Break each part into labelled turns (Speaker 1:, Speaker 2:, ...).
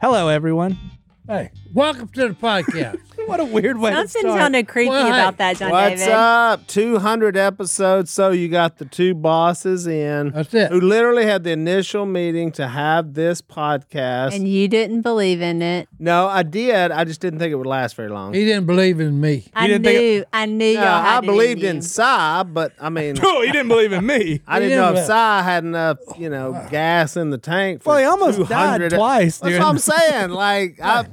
Speaker 1: Hello, everyone.
Speaker 2: Hey, welcome to the podcast.
Speaker 1: What a weird way to
Speaker 3: Something
Speaker 1: start.
Speaker 3: sounded creepy
Speaker 2: Well, hey,
Speaker 3: about that, John
Speaker 4: What's
Speaker 3: David.
Speaker 4: up? 200 episodes. So you got the two bosses in
Speaker 2: That's it.
Speaker 4: who literally had the initial meeting to have this podcast.
Speaker 3: And you didn't believe in it.
Speaker 4: no, I did. I just didn't think it would last very long.
Speaker 2: He didn't believe in me.
Speaker 3: I
Speaker 1: didn't
Speaker 3: knew.
Speaker 1: think
Speaker 3: I knew
Speaker 4: No,
Speaker 3: y'all.
Speaker 4: I
Speaker 3: had it
Speaker 4: believed
Speaker 3: in,
Speaker 4: in Psy, but I mean,
Speaker 1: Oh, you didn't believe in me.
Speaker 4: I
Speaker 2: He
Speaker 4: didn't know
Speaker 2: didn't
Speaker 4: if Psy had enough, you know, gas in the tank. For
Speaker 1: Well, he almost died
Speaker 4: 200
Speaker 1: twice
Speaker 4: That's
Speaker 1: during
Speaker 4: what I'm
Speaker 1: the-
Speaker 4: saying. Like, I,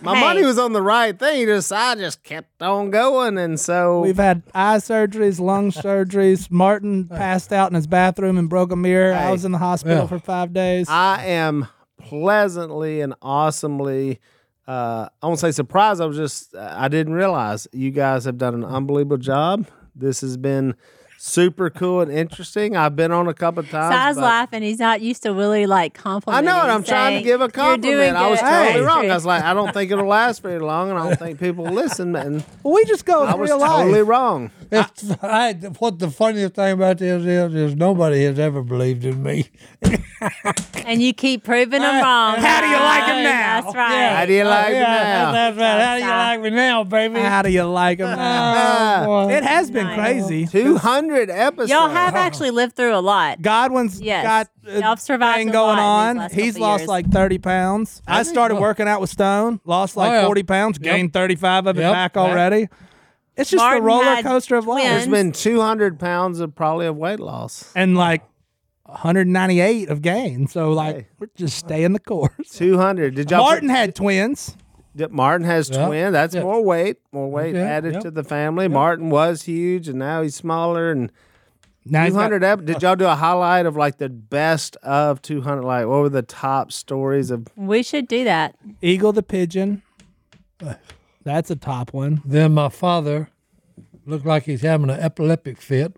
Speaker 4: my
Speaker 3: Hey.
Speaker 4: money was on the right thing. Just I just kept on going, and so
Speaker 1: We've had eye surgeries, lung surgeries. Martin passed out in his bathroom and broke a mirror. I
Speaker 4: Hey.
Speaker 1: was in the hospital
Speaker 2: Yeah.
Speaker 1: for five days.
Speaker 4: I am pleasantly and awesomely. Uh, I won't say surprised. I was just uh, I didn't realize you guys have done an unbelievable job. This has been super cool and interesting. I've been on a couple of times.
Speaker 3: Sai's
Speaker 4: but-
Speaker 3: laughing. He's not used to really like
Speaker 4: I
Speaker 3: complimenting.
Speaker 4: know, and I'm trying to
Speaker 3: saying,
Speaker 4: give a compliment.
Speaker 3: You're doing
Speaker 4: I was
Speaker 3: good.
Speaker 4: totally
Speaker 3: Hey.
Speaker 4: wrong. I was like, I don't think it'll last very long, and I don't think people will listen. And
Speaker 1: well, we just go with
Speaker 4: I was
Speaker 1: real life.
Speaker 4: totally wrong.
Speaker 2: It's, I, what the funniest thing about this is, is nobody has ever believed in me.
Speaker 3: and you keep proving them wrong.
Speaker 1: how do you like 'em
Speaker 3: Guys,
Speaker 1: now?
Speaker 3: That's right.
Speaker 4: How do you like me now?
Speaker 2: That's right. How do you
Speaker 3: Stop.
Speaker 2: like me now, baby?
Speaker 1: How do you like him?
Speaker 3: uh,
Speaker 4: Ah,
Speaker 1: it has been crazy.
Speaker 4: Two hundred episodes.
Speaker 3: Y'all have actually lived through a lot.
Speaker 1: Godwin's
Speaker 3: Yes.
Speaker 1: got
Speaker 3: Y'all
Speaker 1: a
Speaker 3: have survived
Speaker 1: thing
Speaker 3: a
Speaker 1: going
Speaker 3: lot
Speaker 1: on.
Speaker 3: in these last
Speaker 1: He's
Speaker 3: couple
Speaker 1: lost
Speaker 3: years.
Speaker 1: like 30 pounds. I, started working out with Stone, lost like
Speaker 2: Oh, yeah.
Speaker 1: 40 pounds, gained 35 of it
Speaker 2: Yep.
Speaker 1: back already. It's just
Speaker 3: Martin
Speaker 1: the roller
Speaker 3: had
Speaker 1: coaster of life.
Speaker 3: twins.
Speaker 4: There's been two hundred pounds of probably of weight loss.
Speaker 1: And like 198 of gain. So like
Speaker 4: Hey.
Speaker 1: we're just staying the course.
Speaker 4: Two hundred. Did y'all?
Speaker 1: Martin had twins.
Speaker 4: That Martin has
Speaker 2: Yeah.
Speaker 4: twin. That's
Speaker 2: Yeah.
Speaker 4: more weight, more weight
Speaker 2: Okay.
Speaker 4: added
Speaker 2: Yep.
Speaker 4: to the family. Martin was huge, and now he's smaller. And
Speaker 1: Now he's
Speaker 4: two
Speaker 1: got-
Speaker 4: hundred. Ep- did y'all do a highlight of like the best of two hundred? Like, what were the top stories of?
Speaker 3: We should do that.
Speaker 1: Eagle the pigeon. That's a top one.
Speaker 2: Then my father looked like he's having an epileptic fit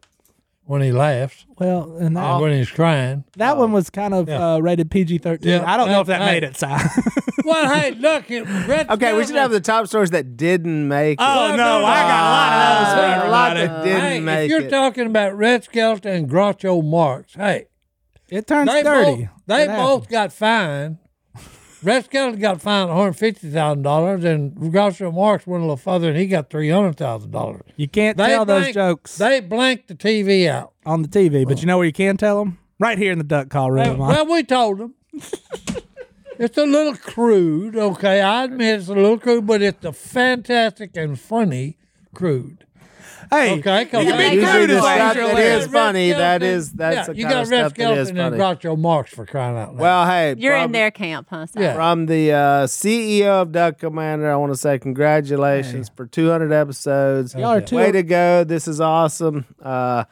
Speaker 2: when he laughs
Speaker 1: Well, and that,
Speaker 4: Oh.
Speaker 2: and when he's crying.
Speaker 1: that one was kind of uh, rated PG thirteen.
Speaker 2: Yeah.
Speaker 1: I don't know if that
Speaker 2: Hey.
Speaker 1: made it, Si.
Speaker 2: well, hey, look. It,
Speaker 4: Okay, we should have the top stories that didn't make.
Speaker 1: Oh,
Speaker 4: it.
Speaker 1: no, I got a lot of those for
Speaker 4: Uh, a lot that
Speaker 1: everybody.
Speaker 4: didn't
Speaker 2: Hey,
Speaker 4: make
Speaker 2: if you're
Speaker 4: it.
Speaker 2: talking about Red Skelton and Groucho Marx, hey,
Speaker 1: it turns
Speaker 2: they
Speaker 1: thirty.
Speaker 2: both, they
Speaker 1: It happened.
Speaker 2: both got fined. Red Skelton got fined one hundred fifty thousand dollars, and Groucho Marx went a little further, and he got three hundred thousand dollars.
Speaker 1: You can't tell those jokes
Speaker 2: They blanked the TV out.
Speaker 1: on the TV, but you know where you can tell them? Right here in the duck call room. Mom.
Speaker 2: well, we told them. it's a little crude, okay. I admit it's a little crude, but it's a fantastic and funny crude.
Speaker 1: hey,
Speaker 2: Okay, come
Speaker 1: you
Speaker 2: on.
Speaker 1: can be
Speaker 3: Usually
Speaker 1: crude
Speaker 3: the
Speaker 1: as long
Speaker 3: stuff
Speaker 1: as you're
Speaker 4: that
Speaker 1: allowed.
Speaker 4: is- funny.
Speaker 2: Red
Speaker 4: That
Speaker 2: Skelton-
Speaker 4: is- that's the
Speaker 2: you
Speaker 4: kind
Speaker 2: got
Speaker 4: of
Speaker 2: Red
Speaker 4: stuff that is
Speaker 2: Skelton and
Speaker 4: funny.
Speaker 2: Groucho Marx for crying out loud.
Speaker 4: Well, hey,
Speaker 3: You're in
Speaker 4: from-
Speaker 3: their camp, huh? Si?
Speaker 2: Yeah.
Speaker 4: From the uh, CEO of Duck Commander, I want to say congratulations for 200 episodes.
Speaker 1: Y'all are too-
Speaker 4: Way to go! This is awesome. Uh,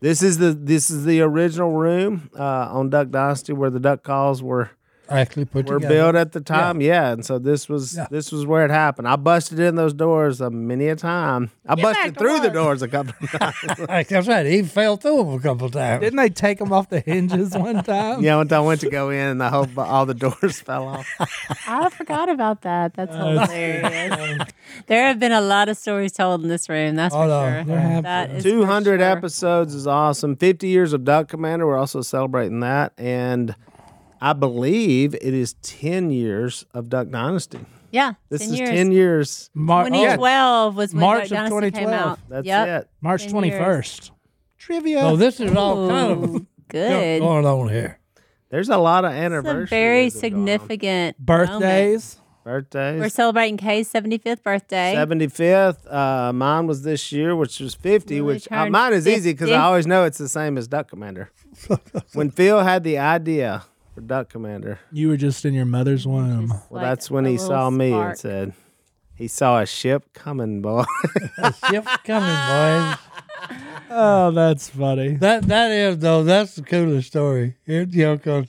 Speaker 4: this is the this is the original room uh, on Duck Dynasty where the duck calls were
Speaker 2: actually put
Speaker 4: were
Speaker 2: together.
Speaker 4: built at the time. Yeah. and so this was this was where it happened. I busted in those doors uh, many a time. I busted through the doors a couple of times.
Speaker 2: Like I said, he fell through them a couple of times.
Speaker 1: Didn't they take them off the hinges one time?
Speaker 4: yeah, one time I went to go in, and the whole all the doors fell off.
Speaker 3: I forgot about that. That's
Speaker 4: Uh,
Speaker 3: hilarious. there have been a lot of stories told in this room. That's
Speaker 2: Oh,
Speaker 3: for
Speaker 2: no,
Speaker 3: sure.
Speaker 1: there have
Speaker 3: That is for
Speaker 4: 200
Speaker 3: sure.
Speaker 4: episodes is awesome. 50 years of Duck Commander. We're also celebrating that. And I believe it is 10 years of Duck Dynasty.
Speaker 3: Yeah,
Speaker 4: This
Speaker 3: 10
Speaker 4: is
Speaker 3: years.
Speaker 4: 10 years.
Speaker 1: Mar- oh,
Speaker 3: 2012 was when
Speaker 1: March
Speaker 3: March
Speaker 1: of
Speaker 3: Dynasty came
Speaker 1: 2012.
Speaker 3: out.
Speaker 4: That's it.
Speaker 1: March Oh,
Speaker 3: 10 years.
Speaker 1: 21st. Trivia.
Speaker 2: So this is
Speaker 3: Oh,
Speaker 2: all kind of
Speaker 3: Ooh,
Speaker 2: stuff
Speaker 3: good.
Speaker 2: going on here.
Speaker 4: There's a lot of
Speaker 3: Some
Speaker 4: anniversaries.
Speaker 3: very
Speaker 4: that are going on.
Speaker 3: significant moment.
Speaker 1: Birthdays.
Speaker 3: We're
Speaker 4: Birthdays.
Speaker 3: celebrating Kay's 75th birthday.
Speaker 4: 75th. Uh, mine was this year, which was 50,
Speaker 3: Lily
Speaker 4: which uh,
Speaker 3: turned
Speaker 4: mine is easy because
Speaker 3: 50.
Speaker 4: I always know it's the same as Duck Commander. when Phil had the idea for Duck Commander,
Speaker 1: You were just in your mother's womb.
Speaker 4: well,
Speaker 3: Like
Speaker 4: that's when
Speaker 3: a
Speaker 4: he
Speaker 3: little
Speaker 4: saw me
Speaker 3: spark.
Speaker 4: and said, he saw a ship coming, boy.
Speaker 2: The ship's coming, boys.
Speaker 1: Oh, that's funny.
Speaker 2: That that is though. That's the coolest story. It, you know, 'cause,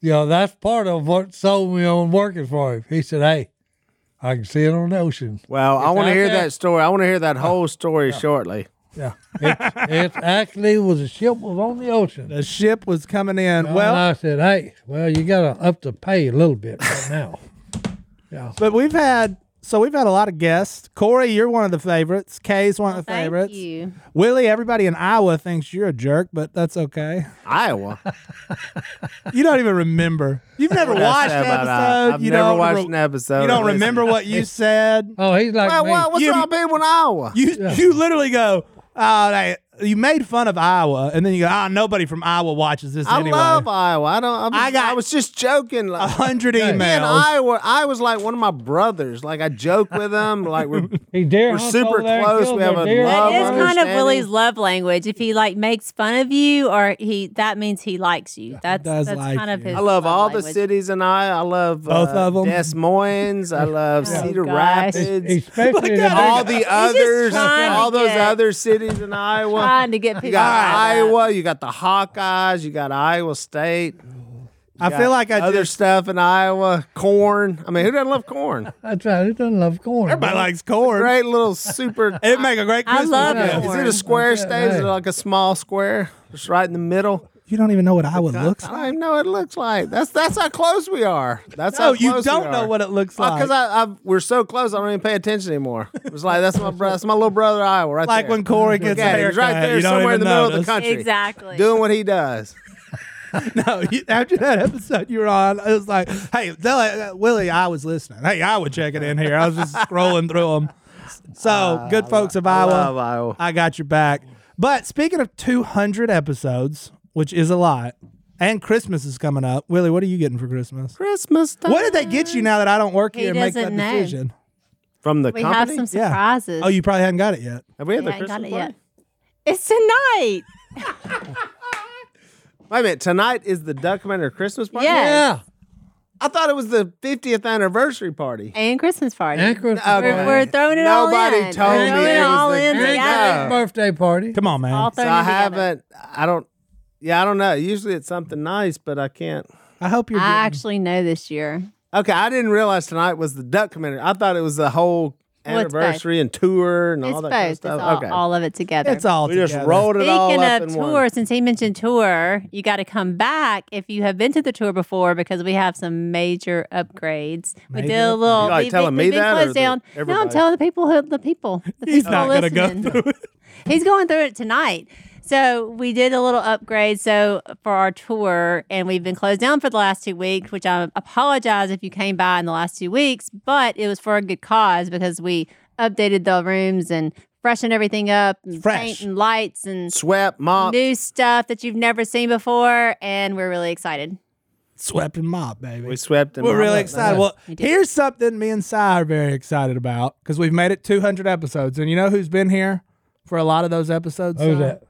Speaker 2: you know that's part of what sold me on working for him. He said, "Hey, I can see it on the ocean."
Speaker 4: Well, I
Speaker 2: It's
Speaker 4: want to
Speaker 2: out
Speaker 4: hear
Speaker 2: there.
Speaker 4: that story. I want to hear that whole story shortly.
Speaker 2: Yeah, it, it actually was a ship was on the ocean.
Speaker 1: The ship was coming in.
Speaker 2: Well,
Speaker 1: well,
Speaker 2: and I said, "Hey, well, you gotta up the pay a little bit right now."
Speaker 1: but we've had So we've had a lot of guests. Corey, you're one of the favorites. Kay's one of the
Speaker 3: Thank
Speaker 1: favorites.
Speaker 3: you.
Speaker 1: Willie, everybody in Iowa thinks you're a jerk, but that's okay.
Speaker 4: Iowa.
Speaker 1: You don't even remember. You've never
Speaker 4: What I
Speaker 1: watched
Speaker 4: said
Speaker 1: an
Speaker 4: about
Speaker 1: episode.
Speaker 4: Iowa. I've
Speaker 1: you
Speaker 4: never
Speaker 1: don't
Speaker 4: watched
Speaker 1: re-
Speaker 4: an episode.
Speaker 1: You don't
Speaker 4: Listen.
Speaker 1: remember what you said.
Speaker 2: Oh, he's like
Speaker 4: Well,
Speaker 2: me.
Speaker 4: well, what's
Speaker 1: You-
Speaker 4: wrong people in Iowa?
Speaker 1: You you literally go, oh, they, you made fun of Iowa, and then you go, ah, nobody from Iowa watches this
Speaker 4: I
Speaker 1: anyway.
Speaker 4: love Iowa. I don't. I'm,
Speaker 1: I
Speaker 4: I
Speaker 1: got-
Speaker 4: got. I was just joking.
Speaker 1: a
Speaker 4: Like,
Speaker 1: hundred
Speaker 4: man,
Speaker 1: emails.
Speaker 4: Iowa. I was like one of my brothers. Like I joke with him. Like we're
Speaker 2: he deer
Speaker 4: we're
Speaker 2: hunts
Speaker 4: super
Speaker 2: over there and
Speaker 4: close.
Speaker 2: kills
Speaker 4: We have
Speaker 2: their
Speaker 4: a
Speaker 2: deer.
Speaker 4: love
Speaker 3: That is kind of
Speaker 4: understanding.
Speaker 3: Willie's love language. If he like makes fun of you, or he that means he likes you. That's
Speaker 1: does
Speaker 3: that's
Speaker 1: like
Speaker 3: kind of
Speaker 1: you.
Speaker 3: his.
Speaker 4: I love all the
Speaker 3: language.
Speaker 4: cities in Iowa. I love
Speaker 1: Both
Speaker 4: uh,
Speaker 1: of 'em.
Speaker 4: Des Moines. I love
Speaker 3: Oh,
Speaker 4: Cedar
Speaker 3: gosh.
Speaker 4: Rapids.
Speaker 2: Especially the
Speaker 4: All the others,
Speaker 3: trying to
Speaker 4: all those
Speaker 3: get-
Speaker 4: other cities in Iowa.
Speaker 3: Trying to get people.
Speaker 4: You got
Speaker 3: out of that.
Speaker 4: Iowa. You got the Hawkeyes. You got Iowa State.
Speaker 1: I
Speaker 4: got
Speaker 1: feel like I
Speaker 4: other
Speaker 1: just
Speaker 4: stuff in Iowa. Corn. I mean, who doesn't love corn?
Speaker 2: That's right. He doesn't love corn.
Speaker 1: everybody likes corn.
Speaker 4: Great little super.
Speaker 1: It'd make a great
Speaker 3: I
Speaker 1: Christmas.
Speaker 3: love
Speaker 1: gift.
Speaker 3: it.
Speaker 4: Is it a square
Speaker 2: Yeah,
Speaker 4: state? Is it
Speaker 2: right.
Speaker 4: like a small square? Just right in the middle.
Speaker 1: You don't even know what Iowa looks
Speaker 4: I
Speaker 1: like.
Speaker 4: don't even know what it looks like. That's that's how close we are. That's
Speaker 1: No,
Speaker 4: how
Speaker 1: Oh, you
Speaker 4: close
Speaker 1: don't know what it looks like.
Speaker 4: Because I, I we're so close, I don't even pay attention anymore. It's like that's my brother, that's my little brother Iowa, right
Speaker 1: like
Speaker 4: there.
Speaker 1: when Corey gets a
Speaker 4: yeah,
Speaker 1: haircut,
Speaker 4: he's right there
Speaker 1: you don't
Speaker 4: somewhere in the
Speaker 1: even
Speaker 4: middle of
Speaker 1: notice.
Speaker 4: the country,
Speaker 3: Exactly.
Speaker 4: doing what he does.
Speaker 1: No, you, after that episode you were on, it was like, hey, tell uh, Willie, I was listening. Hey, I would check it in here. I was just scrolling through them. So, good folks of
Speaker 4: Ah, I
Speaker 1: Iowa,
Speaker 4: love Iowa.
Speaker 1: I got your back. But speaking of 200 episodes, which is a lot, and Christmas is coming up. Willie, what are you getting for Christmas?
Speaker 4: Christmas time.
Speaker 1: What did they get you now that I don't work
Speaker 3: He
Speaker 1: here and make that
Speaker 3: doesn't know.
Speaker 1: decision?
Speaker 4: from the
Speaker 3: we
Speaker 4: company?
Speaker 3: have some
Speaker 1: Yeah.
Speaker 3: surprises.
Speaker 1: Oh, you probably hadn't got it yet.
Speaker 4: Have we had
Speaker 3: Yeah,
Speaker 4: the
Speaker 3: I got
Speaker 4: Christmas
Speaker 3: it
Speaker 4: party?
Speaker 3: yet. It's tonight.
Speaker 4: Wait a minute. Tonight is the Duck Commander Christmas party.
Speaker 3: Yeah.
Speaker 2: Yeah.
Speaker 4: I thought it was the 50th anniversary party.
Speaker 3: And Christmas party.
Speaker 2: Anchor's
Speaker 4: Okay.
Speaker 3: We're, we're throwing it all
Speaker 4: Nobody
Speaker 3: in.
Speaker 4: told
Speaker 3: we're
Speaker 4: me
Speaker 3: throwing
Speaker 4: it
Speaker 3: it
Speaker 4: was
Speaker 3: all
Speaker 4: the-
Speaker 3: in
Speaker 4: Anchor's
Speaker 3: together.
Speaker 2: birthday party.
Speaker 1: Come on, man.
Speaker 3: All
Speaker 4: So
Speaker 3: thrown
Speaker 4: I
Speaker 3: in together.
Speaker 4: haven't. I don't. Yeah, I don't know. Usually it's something nice, but I can't.
Speaker 1: I hope you're.
Speaker 3: I
Speaker 1: Getting,
Speaker 3: actually know this year.
Speaker 4: Okay, I didn't realize tonight was the Duck Commander. I thought it was the whole
Speaker 3: Well, it's both.
Speaker 4: anniversary and tour and
Speaker 3: It's
Speaker 4: all that
Speaker 3: both.
Speaker 4: kind of
Speaker 3: it's
Speaker 4: stuff.
Speaker 3: all,
Speaker 4: okay,
Speaker 3: all of it together.
Speaker 1: it's all
Speaker 4: we just
Speaker 1: together.
Speaker 4: rolled it all
Speaker 3: Speaking
Speaker 4: up
Speaker 3: of
Speaker 4: in
Speaker 3: tour,
Speaker 4: one.
Speaker 3: since he mentioned tour, you got to come back if you have been to the tour before because we have some major upgrades. we did
Speaker 1: Major
Speaker 3: a little.
Speaker 4: You like
Speaker 3: we,
Speaker 4: telling
Speaker 3: we,
Speaker 4: me
Speaker 3: we've been
Speaker 4: that or
Speaker 3: closed
Speaker 4: the-
Speaker 3: down. No, I'm
Speaker 4: everybody?
Speaker 3: telling the people who the people. The
Speaker 1: He's
Speaker 3: people
Speaker 1: not gonna go
Speaker 3: listening.
Speaker 1: through it.
Speaker 3: He's going through it tonight. So we did a little upgrade. So for our tour, and we've been closed down for the last two weeks, which I apologize if you came by in the last two weeks, but it was for a good cause because we updated the rooms and freshened everything up, and
Speaker 1: Fresh.
Speaker 3: paint and lights and
Speaker 4: swept, mop.
Speaker 3: new stuff that you've never seen before, and we're really excited.
Speaker 1: Swept and mopped, baby.
Speaker 4: We swept. and
Speaker 1: We're
Speaker 4: mopped.
Speaker 1: really excited. Well,
Speaker 3: You did.
Speaker 1: here's something me and Cy are very excited about because we've made it 200 episodes, and you know who's been here for a lot of those episodes?
Speaker 2: Who's
Speaker 1: Cy?
Speaker 2: that?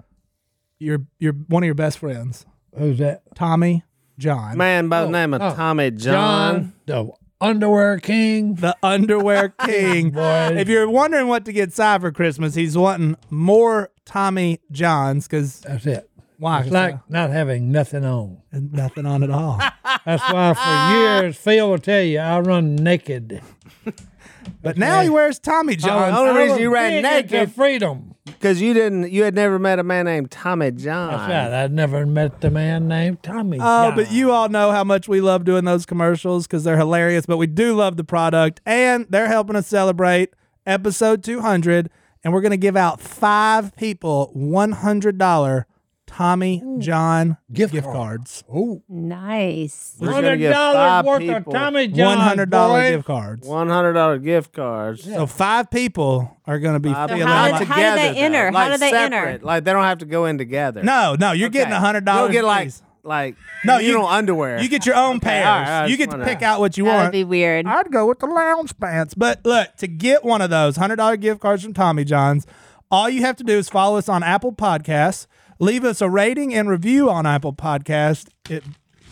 Speaker 1: Your your one of your best friends,
Speaker 2: Who's that?
Speaker 1: Tommy John,
Speaker 4: man by the name of
Speaker 2: oh.
Speaker 4: Tommy John.
Speaker 2: John, the underwear king.
Speaker 1: the Underwear King.
Speaker 2: Boy.
Speaker 1: If you're wondering what to get Cy for Christmas, he's wanting more Tommy Johns because
Speaker 2: That's it.
Speaker 1: why?
Speaker 2: It's
Speaker 1: 'Cause,
Speaker 2: like
Speaker 1: uh,
Speaker 2: not having nothing on.
Speaker 1: there's nothing on at all.
Speaker 2: That's why for years Phil will tell you I run naked.
Speaker 1: But now he wears
Speaker 2: Oh,
Speaker 1: Tommy Johns.
Speaker 4: only
Speaker 2: I
Speaker 4: reason
Speaker 2: was
Speaker 4: you ran
Speaker 2: big into
Speaker 4: naked-
Speaker 2: freedom.
Speaker 4: Because you didn't. You had never met a man named Tommy
Speaker 2: That's
Speaker 4: John.
Speaker 2: right. I never met the man named Tommy.
Speaker 1: Oh,
Speaker 2: John.
Speaker 1: but you all know how much we love doing those commercials because they're hilarious. But we do love the product, and they're helping us celebrate episode 200. And we're going to give out five people $100 Tommy John
Speaker 2: Gift
Speaker 1: gift, cards.
Speaker 2: Oh,
Speaker 3: Nice.
Speaker 4: We're gonna
Speaker 2: hundred
Speaker 4: give
Speaker 2: dollars
Speaker 4: five
Speaker 2: worth
Speaker 4: people
Speaker 2: of Tommy John.
Speaker 1: $100
Speaker 2: boy.
Speaker 1: gift cards.
Speaker 4: One hundred dollar gift cards.
Speaker 1: So five people are going to be
Speaker 4: Five
Speaker 1: feeling
Speaker 4: people.
Speaker 3: how
Speaker 1: like-
Speaker 3: did- how
Speaker 4: Not
Speaker 3: did they
Speaker 4: together, though.
Speaker 3: enter? How
Speaker 4: Like
Speaker 3: did they enter?
Speaker 4: separate. Like they don't have to go in together.
Speaker 1: No, no, you're getting
Speaker 4: Okay.
Speaker 1: $100.
Speaker 4: You'll get like
Speaker 1: apiece.
Speaker 4: like
Speaker 1: No,
Speaker 4: you,
Speaker 1: you-
Speaker 4: know underwear.
Speaker 1: you get your own pairs.
Speaker 4: all right, I
Speaker 1: you
Speaker 4: just
Speaker 1: get to
Speaker 4: wanna-
Speaker 1: pick out what you
Speaker 3: That
Speaker 1: want.
Speaker 3: would be weird.
Speaker 1: I'd go with the lounge pants. But look, to get one of those $100 gift cards from Tommy John's, all you have to do is follow us on Apple Podcasts, leave us a rating and review on Apple Podcasts. It,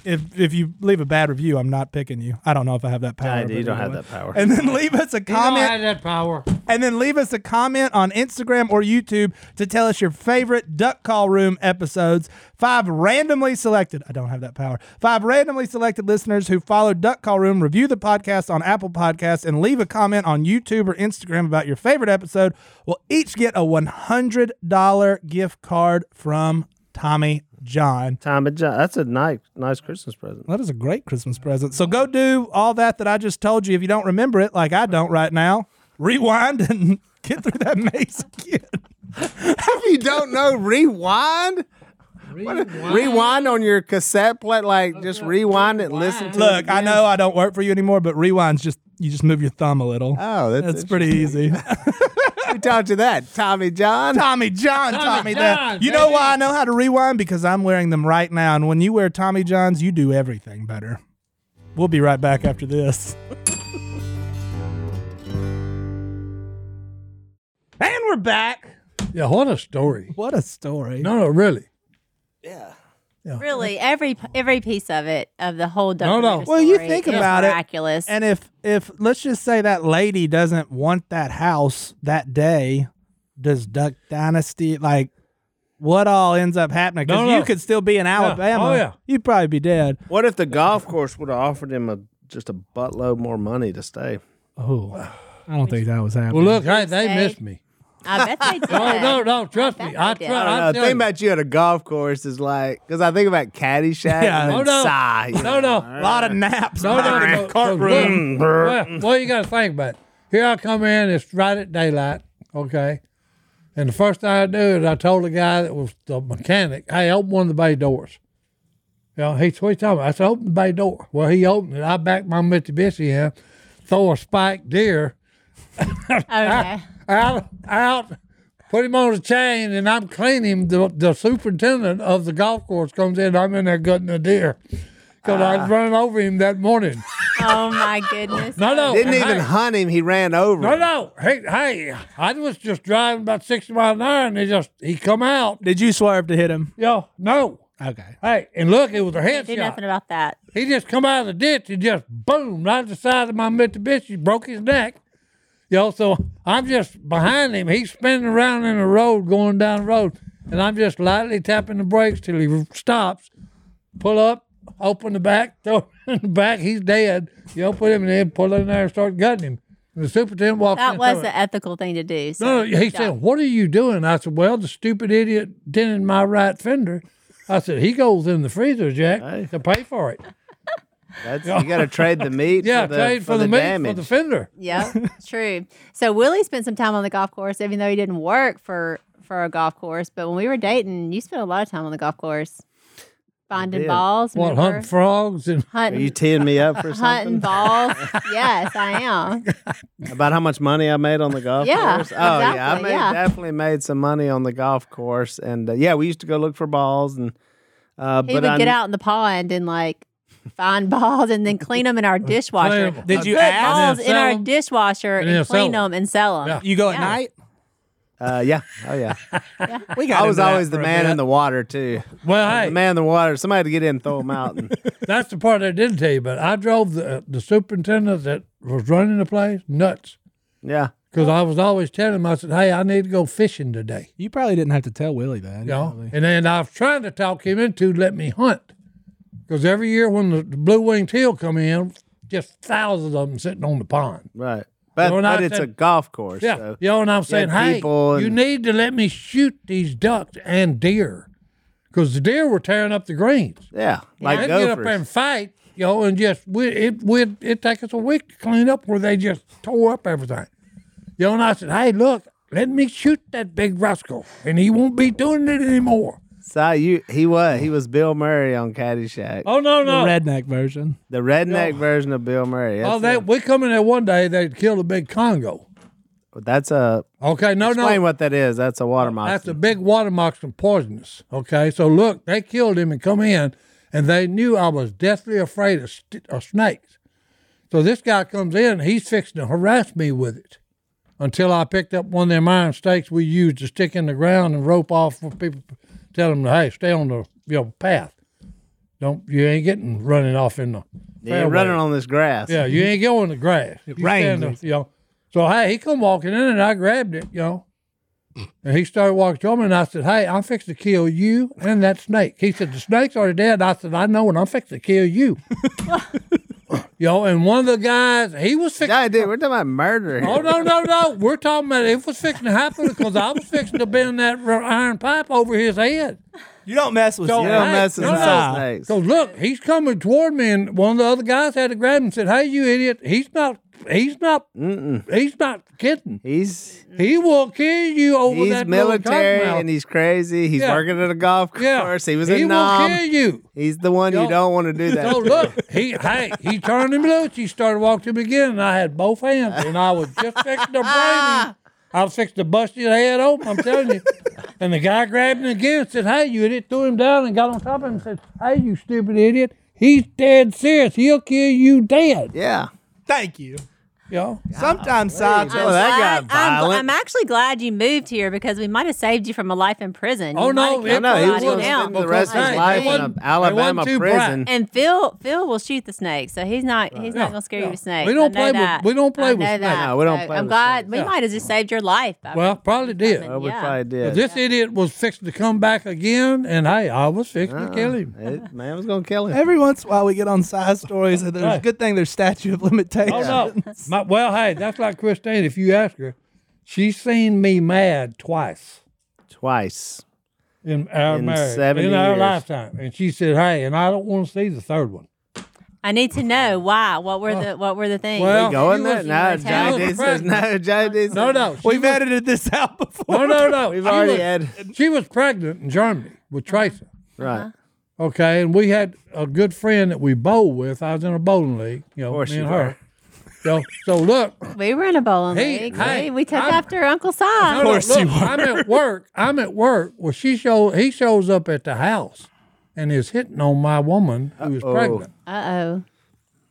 Speaker 1: if, if you leave a bad review, I'm not picking you. I don't know if I have that power.
Speaker 4: I do.
Speaker 1: but
Speaker 4: You don't have
Speaker 1: anyway.
Speaker 4: that power.
Speaker 1: And then leave us a
Speaker 2: You don't
Speaker 1: comment
Speaker 2: have that power.
Speaker 1: and then leave us a comment on Instagram or YouTube to tell us your favorite duck call room episodes. Five randomly selected, I don't have that power. Five randomly selected listeners who follow Duck Call Room review the podcast on Apple Podcasts and leave a comment on YouTube or Instagram about your favorite episode will each get a $100 gift card from Tommy John.
Speaker 4: Time and John. That's a nice, nice Christmas present.
Speaker 1: That is a great Christmas present. So go do all that that I just told you. If you don't remember it, like I don't right now, rewind and get through that maze again.
Speaker 4: If you don't know, rewind. Rewind. on your cassette plate. Like just rewind it. Listen to.
Speaker 1: Look, I know I don't work for you anymore, but rewind's just you just move your thumb a little.
Speaker 4: Oh, that's,
Speaker 1: That's pretty easy.
Speaker 4: Who taught you that, Tommy John?
Speaker 1: Tommy John taught me that.
Speaker 2: John,
Speaker 1: You know
Speaker 2: baby.
Speaker 1: why I know how to rewind? Because I'm wearing them right now. And when you wear Tommy John's, you do everything better. We'll be right back after this. and we're back.
Speaker 2: Yeah, what a story.
Speaker 1: What a story.
Speaker 2: No, no, really.
Speaker 3: Really, every every piece of it of the whole Duncan
Speaker 2: no.
Speaker 3: River
Speaker 1: Well, you
Speaker 3: story
Speaker 1: think
Speaker 3: is
Speaker 1: about it,
Speaker 3: miraculous.
Speaker 1: And if if let's just say that lady doesn't want that house that day, does Duck Dynasty like what all ends up happening? Because
Speaker 2: No, no.
Speaker 1: you could still be in Alabama.
Speaker 2: Oh, yeah.
Speaker 1: You'd probably be dead.
Speaker 4: What if the golf course would have offered him a just a buttload more money to stay?
Speaker 1: Oh, I don't think that was happening.
Speaker 2: Well, look, hey, they
Speaker 3: Say-
Speaker 2: missed me.
Speaker 3: I bet they did.
Speaker 2: No, no, no. Trust
Speaker 3: I
Speaker 2: me.
Speaker 3: bet
Speaker 2: I
Speaker 3: they
Speaker 2: try.
Speaker 3: did. I
Speaker 4: Uh,
Speaker 2: I
Speaker 4: the thing
Speaker 2: tell you.
Speaker 4: about you at a golf course is like, because I think about Caddyshack
Speaker 1: Yeah.
Speaker 4: and
Speaker 1: Oh,
Speaker 2: no.
Speaker 4: sigh. you
Speaker 2: No,
Speaker 4: know.
Speaker 1: a
Speaker 2: no.
Speaker 1: lot of naps.
Speaker 2: No, no,
Speaker 1: behind
Speaker 2: no,
Speaker 1: the
Speaker 2: no,
Speaker 1: courtroom.
Speaker 2: no. Well, well, you got to think about it. Here I come in, it's right at daylight, okay? And the first thing I do is I told the guy that was the mechanic, hey, open one of the bay doors. You know, he's what he told me. I said, open the bay door. Well, he opened it. I backed my Mitsubishi in, throw a spiked deer
Speaker 3: Okay.
Speaker 2: out, out, put him on a chain, and I'm cleaning. The, the superintendent of the golf course comes in. I'm in there gutting a deer because I was running over him that morning.
Speaker 3: Oh my goodness.
Speaker 2: No, no.
Speaker 4: Didn't
Speaker 2: hey,
Speaker 4: even hunt him. He ran over.
Speaker 2: No,
Speaker 4: him.
Speaker 2: no. Hey, hey, I was just driving about 60 miles an hour, and they just, he come out.
Speaker 1: Did you swerve to hit him?
Speaker 2: Yo, no.
Speaker 1: Okay.
Speaker 2: Hey, and look, it was a
Speaker 3: Do
Speaker 2: headshot.
Speaker 3: nothing about that.
Speaker 2: He just come out of the ditch and just boom, right at the side of my Mitsubishi, broke his neck. Yo, so I'm just behind him. He's spinning around in the road, going down the road, and I'm just lightly tapping the brakes till he stops. Pull up, open the back, throw it in the back. He's dead. Yo, put him in there, pull in there, and start gutting him. And the superintendent walks in.
Speaker 3: That
Speaker 2: and
Speaker 3: was
Speaker 2: told me-
Speaker 3: the ethical thing to do. So
Speaker 2: no, no, he
Speaker 3: good job.
Speaker 2: said, "What are you doing?" I said, "Well, the stupid idiot dented my right fender." I said, "He goes in the freezer, Jack,
Speaker 4: Hey.
Speaker 2: to pay for it."
Speaker 4: That's, you got to trade the meat.
Speaker 2: Yeah,
Speaker 4: for the,
Speaker 2: trade for, the, meat
Speaker 4: damage.
Speaker 2: for the fender.
Speaker 3: Yeah, true. So Willie spent some time on the golf course, even though he didn't work for for a golf course. But when we were dating, you spent a lot of time on the golf course, finding
Speaker 4: did.
Speaker 3: balls,
Speaker 2: What
Speaker 3: remember?
Speaker 2: hunt frogs and
Speaker 4: Are you
Speaker 3: hunting,
Speaker 4: teeing me up for
Speaker 3: hunting
Speaker 4: something
Speaker 3: balls. yes, I am.
Speaker 4: about how much money I made on the golf
Speaker 3: Yeah,
Speaker 4: course? Oh yeah, I
Speaker 3: exactly,
Speaker 4: made,
Speaker 3: yeah.
Speaker 4: definitely made some money on the golf course, and uh, yeah, we used to go look for balls and. Uh,
Speaker 3: He
Speaker 4: but
Speaker 3: would
Speaker 4: I,
Speaker 3: get out in the pond and like find balls and then clean them in our dishwasher.
Speaker 2: Clean 'em.
Speaker 1: Did
Speaker 3: Put
Speaker 1: you ask?
Speaker 3: balls
Speaker 2: And
Speaker 3: in
Speaker 2: then
Speaker 3: our
Speaker 2: sell 'em.
Speaker 3: dishwasher
Speaker 2: And
Speaker 3: and,
Speaker 2: then sell
Speaker 3: clean
Speaker 2: 'em.
Speaker 3: them and sell them?
Speaker 2: Yeah.
Speaker 1: You go at
Speaker 3: Yeah.
Speaker 1: night?
Speaker 4: Uh, yeah, oh yeah.
Speaker 1: We got
Speaker 4: I was
Speaker 1: into that
Speaker 4: always the
Speaker 1: for a
Speaker 4: man
Speaker 1: bit.
Speaker 4: in the water too.
Speaker 2: well,
Speaker 4: The
Speaker 2: hey,
Speaker 4: man in the water. Somebody had to get in, and throw him out. And,
Speaker 2: that's the part I didn't tell you. But I drove the the superintendent that was running the place nuts
Speaker 4: yeah,
Speaker 2: because I was always telling him, I said, "Hey, I need to go fishing today."
Speaker 1: You probably didn't have to tell Willie that.
Speaker 2: You know, and then I was trying to talk him into let me hunt because every year when the blue winged teal come in, just thousands of them sitting on the pond.
Speaker 4: right. But,
Speaker 2: Well, when
Speaker 4: but
Speaker 2: I
Speaker 4: it's a
Speaker 2: said-
Speaker 4: golf course.
Speaker 2: Yeah,
Speaker 4: So.
Speaker 2: you know, and I'm saying, hey,
Speaker 4: people and-
Speaker 2: you need to let me shoot these ducks and deer because the deer were tearing up the greens.
Speaker 4: Yeah,
Speaker 2: I
Speaker 4: like
Speaker 2: had to get up there
Speaker 4: gophers.
Speaker 2: and fight, you know, and just we, it would it take us a week to clean up where they just tore up everything. You know, and I said, hey, look, let me shoot that big rascal, and he won't be doing it anymore.
Speaker 4: So you, he was he was Bill Murray on Caddyshack,
Speaker 2: Oh no,
Speaker 1: The
Speaker 2: no,
Speaker 1: redneck version.
Speaker 4: the redneck version of Bill Murray. That's,
Speaker 2: Oh, they, we come in there one day, they killed a big Congo.
Speaker 4: that's a
Speaker 2: Okay, Oh, no,
Speaker 4: explain
Speaker 2: no.
Speaker 4: what that is. That's a water
Speaker 2: That's a
Speaker 4: moccasin.
Speaker 2: big water moccasin poisonous. Okay, so look, they killed him and come in, and they knew I was deathly afraid of, st- of snakes. So this guy comes in, he's fixing to harass me with it until I picked up one of them iron stakes we used to stick in the ground and rope off for people, tell them, hey, stay on the you know, path. Don't you ain't getting running off in the.
Speaker 4: You're running
Speaker 2: fairway."
Speaker 4: on this grass.
Speaker 2: Yeah, you ain't going the grass. It
Speaker 1: rains.
Speaker 2: you know. So hey, he come walking in and I grabbed it, you know. And he started walking toward me and I said, Hey, I'm fixing to kill you and that snake. He said, The snake's already dead. I said, I know and I'm fixing to kill you. Yo, and one of the guys, he was fixing.
Speaker 4: Yeah, dude, we're talking about murder.
Speaker 2: Oh no, no, no! We're talking about it was fixing to happen because I was fixing to bend that r- iron pipe over his head.
Speaker 1: You don't mess with
Speaker 2: Don't
Speaker 4: You
Speaker 1: snakes.
Speaker 4: don't
Speaker 2: Hey,
Speaker 4: mess with
Speaker 2: no, no.
Speaker 4: those snakes.
Speaker 2: So look, he's coming toward me, and one of the other guys had to grab him and said, "Hey, you idiot! He's not. He's not. He's not kidding.
Speaker 4: He's
Speaker 2: He will kill you over
Speaker 4: he's
Speaker 2: that little
Speaker 4: military
Speaker 2: cottonmouth."
Speaker 4: and he's crazy. He's
Speaker 2: Yeah.
Speaker 4: working at a golf
Speaker 2: yeah,
Speaker 4: course. He was
Speaker 2: he
Speaker 4: in
Speaker 2: will
Speaker 4: Nam.
Speaker 2: kill you.
Speaker 4: He's the one you
Speaker 2: Yo.
Speaker 4: don't want to do that.
Speaker 2: So
Speaker 4: to.
Speaker 2: look, he hey, he turned him loose. He started walking him again, and I had both hands, and I was just fixing to brain him. I was fixing to bust his head open. I'm telling you. And the guy grabbed him again, and said, "Hey, you idiot!" Threw him down and got on top of him and said, "Hey, you stupid idiot! He's dead serious. He'll kill you dead."
Speaker 4: Yeah.
Speaker 1: Thank you.
Speaker 2: You know?
Speaker 1: Sometimes sides.
Speaker 4: go. that got
Speaker 3: I'm, gl-
Speaker 4: violent.
Speaker 3: I'm actually glad you moved here because we might have saved you from a life in prison.
Speaker 2: Oh
Speaker 3: You
Speaker 2: no!
Speaker 3: might have
Speaker 2: it
Speaker 4: no, he
Speaker 3: kept
Speaker 4: was
Speaker 3: you
Speaker 4: gonna
Speaker 2: wasn't
Speaker 3: down.
Speaker 4: spend the rest of his
Speaker 2: because, hey,
Speaker 4: life
Speaker 2: they
Speaker 4: in
Speaker 2: wasn't-
Speaker 4: an
Speaker 2: they
Speaker 4: Alabama
Speaker 2: wasn't too
Speaker 4: prison.
Speaker 2: bright.
Speaker 3: And Phil, Phil will shoot the snake, so he's not he's
Speaker 2: Yeah,
Speaker 3: not gonna scare you
Speaker 2: yeah.
Speaker 3: with snakes.
Speaker 2: We don't
Speaker 3: I
Speaker 2: play
Speaker 3: know
Speaker 2: with-
Speaker 3: that.
Speaker 2: we don't play
Speaker 3: I
Speaker 2: with
Speaker 3: know
Speaker 2: snakes.
Speaker 3: that.
Speaker 4: No, we don't
Speaker 3: So
Speaker 4: play
Speaker 3: I'm
Speaker 4: with
Speaker 3: glad
Speaker 4: snakes.
Speaker 3: we
Speaker 2: Yeah.
Speaker 3: might have just saved your life. by-
Speaker 2: Well, probably did.
Speaker 3: something,
Speaker 4: Well, we
Speaker 3: yeah.
Speaker 4: probably
Speaker 2: But
Speaker 4: did.
Speaker 2: this idiot was fixing to come back again, and hey, I was fixing to kill him.
Speaker 4: Uh, It- man was gonna kill him.
Speaker 1: Every once in a while, we get on side stories, and there's
Speaker 2: Right.
Speaker 1: good thing there's statute of limitations.
Speaker 2: Oh no! My, well, hey, that's like Christine. If you ask her, she's seen me mad twice
Speaker 4: Twice.
Speaker 2: in our
Speaker 4: In
Speaker 2: marriage,
Speaker 4: 70
Speaker 2: in our
Speaker 4: years.
Speaker 2: lifetime, and she said, "Hey," and I don't want to see the third one.
Speaker 3: I need to know why. What were the what were the things?
Speaker 2: Well-
Speaker 4: Go in
Speaker 2: He
Speaker 4: there.
Speaker 2: was-
Speaker 4: No,
Speaker 3: he was
Speaker 4: Johnny D says
Speaker 2: pregnant.
Speaker 4: no. Johnny D says
Speaker 2: No, no, she
Speaker 1: We've
Speaker 2: was-
Speaker 1: edited this out
Speaker 2: No,
Speaker 1: before.
Speaker 2: no, no.
Speaker 4: We've
Speaker 2: she
Speaker 4: already
Speaker 2: was-
Speaker 4: had
Speaker 2: She was pregnant in Germany with Tracer.
Speaker 4: right.
Speaker 2: Okay, and we had a good friend that we bowled with. I was in a bowling league, you know,
Speaker 4: course
Speaker 2: me
Speaker 4: you
Speaker 2: and her. So, so look,
Speaker 3: we were in a bowling
Speaker 2: Hey,
Speaker 3: league.
Speaker 2: hey,
Speaker 3: we, we took
Speaker 2: I'm-
Speaker 3: after Uncle Cy.
Speaker 2: No, no,
Speaker 1: course
Speaker 2: look,
Speaker 1: you
Speaker 2: I'm at work. I'm at work. Well, she show he shows up at the house, and is hitting on my woman who is pregnant.
Speaker 3: Uh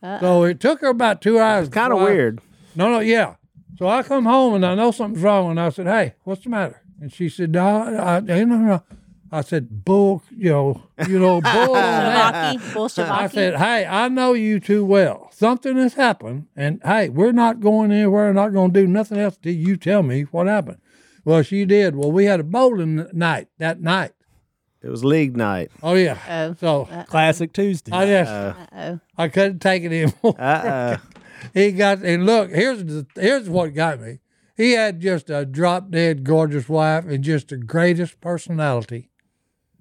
Speaker 3: oh.
Speaker 2: So it took her about two hours.
Speaker 4: Kind of
Speaker 2: before I-
Speaker 4: weird.
Speaker 2: no, no, yeah. So I come home and I know something's wrong, and I said, "Hey, what's the matter?" And she said, "No, I, I, no, no, no." I said, "Bull, you know, you know, bull." on that."
Speaker 3: Shabaki, bull
Speaker 2: Oh, I
Speaker 3: Shabaki.
Speaker 2: said, "Hey, I know you too well. Something has happened, and hey, we're not going anywhere. Not going to do nothing else till you tell me what happened." Well, she did. Well, we had a bowling night that night.
Speaker 4: It was league night.
Speaker 2: Oh yeah.
Speaker 3: Oh.
Speaker 2: so
Speaker 1: Classic Tuesday.
Speaker 2: I just
Speaker 3: oh.
Speaker 2: I couldn't take it anymore.
Speaker 4: Uh
Speaker 2: He got and look here's the, here's what got me. He had just a drop dead gorgeous wife and just the greatest personality.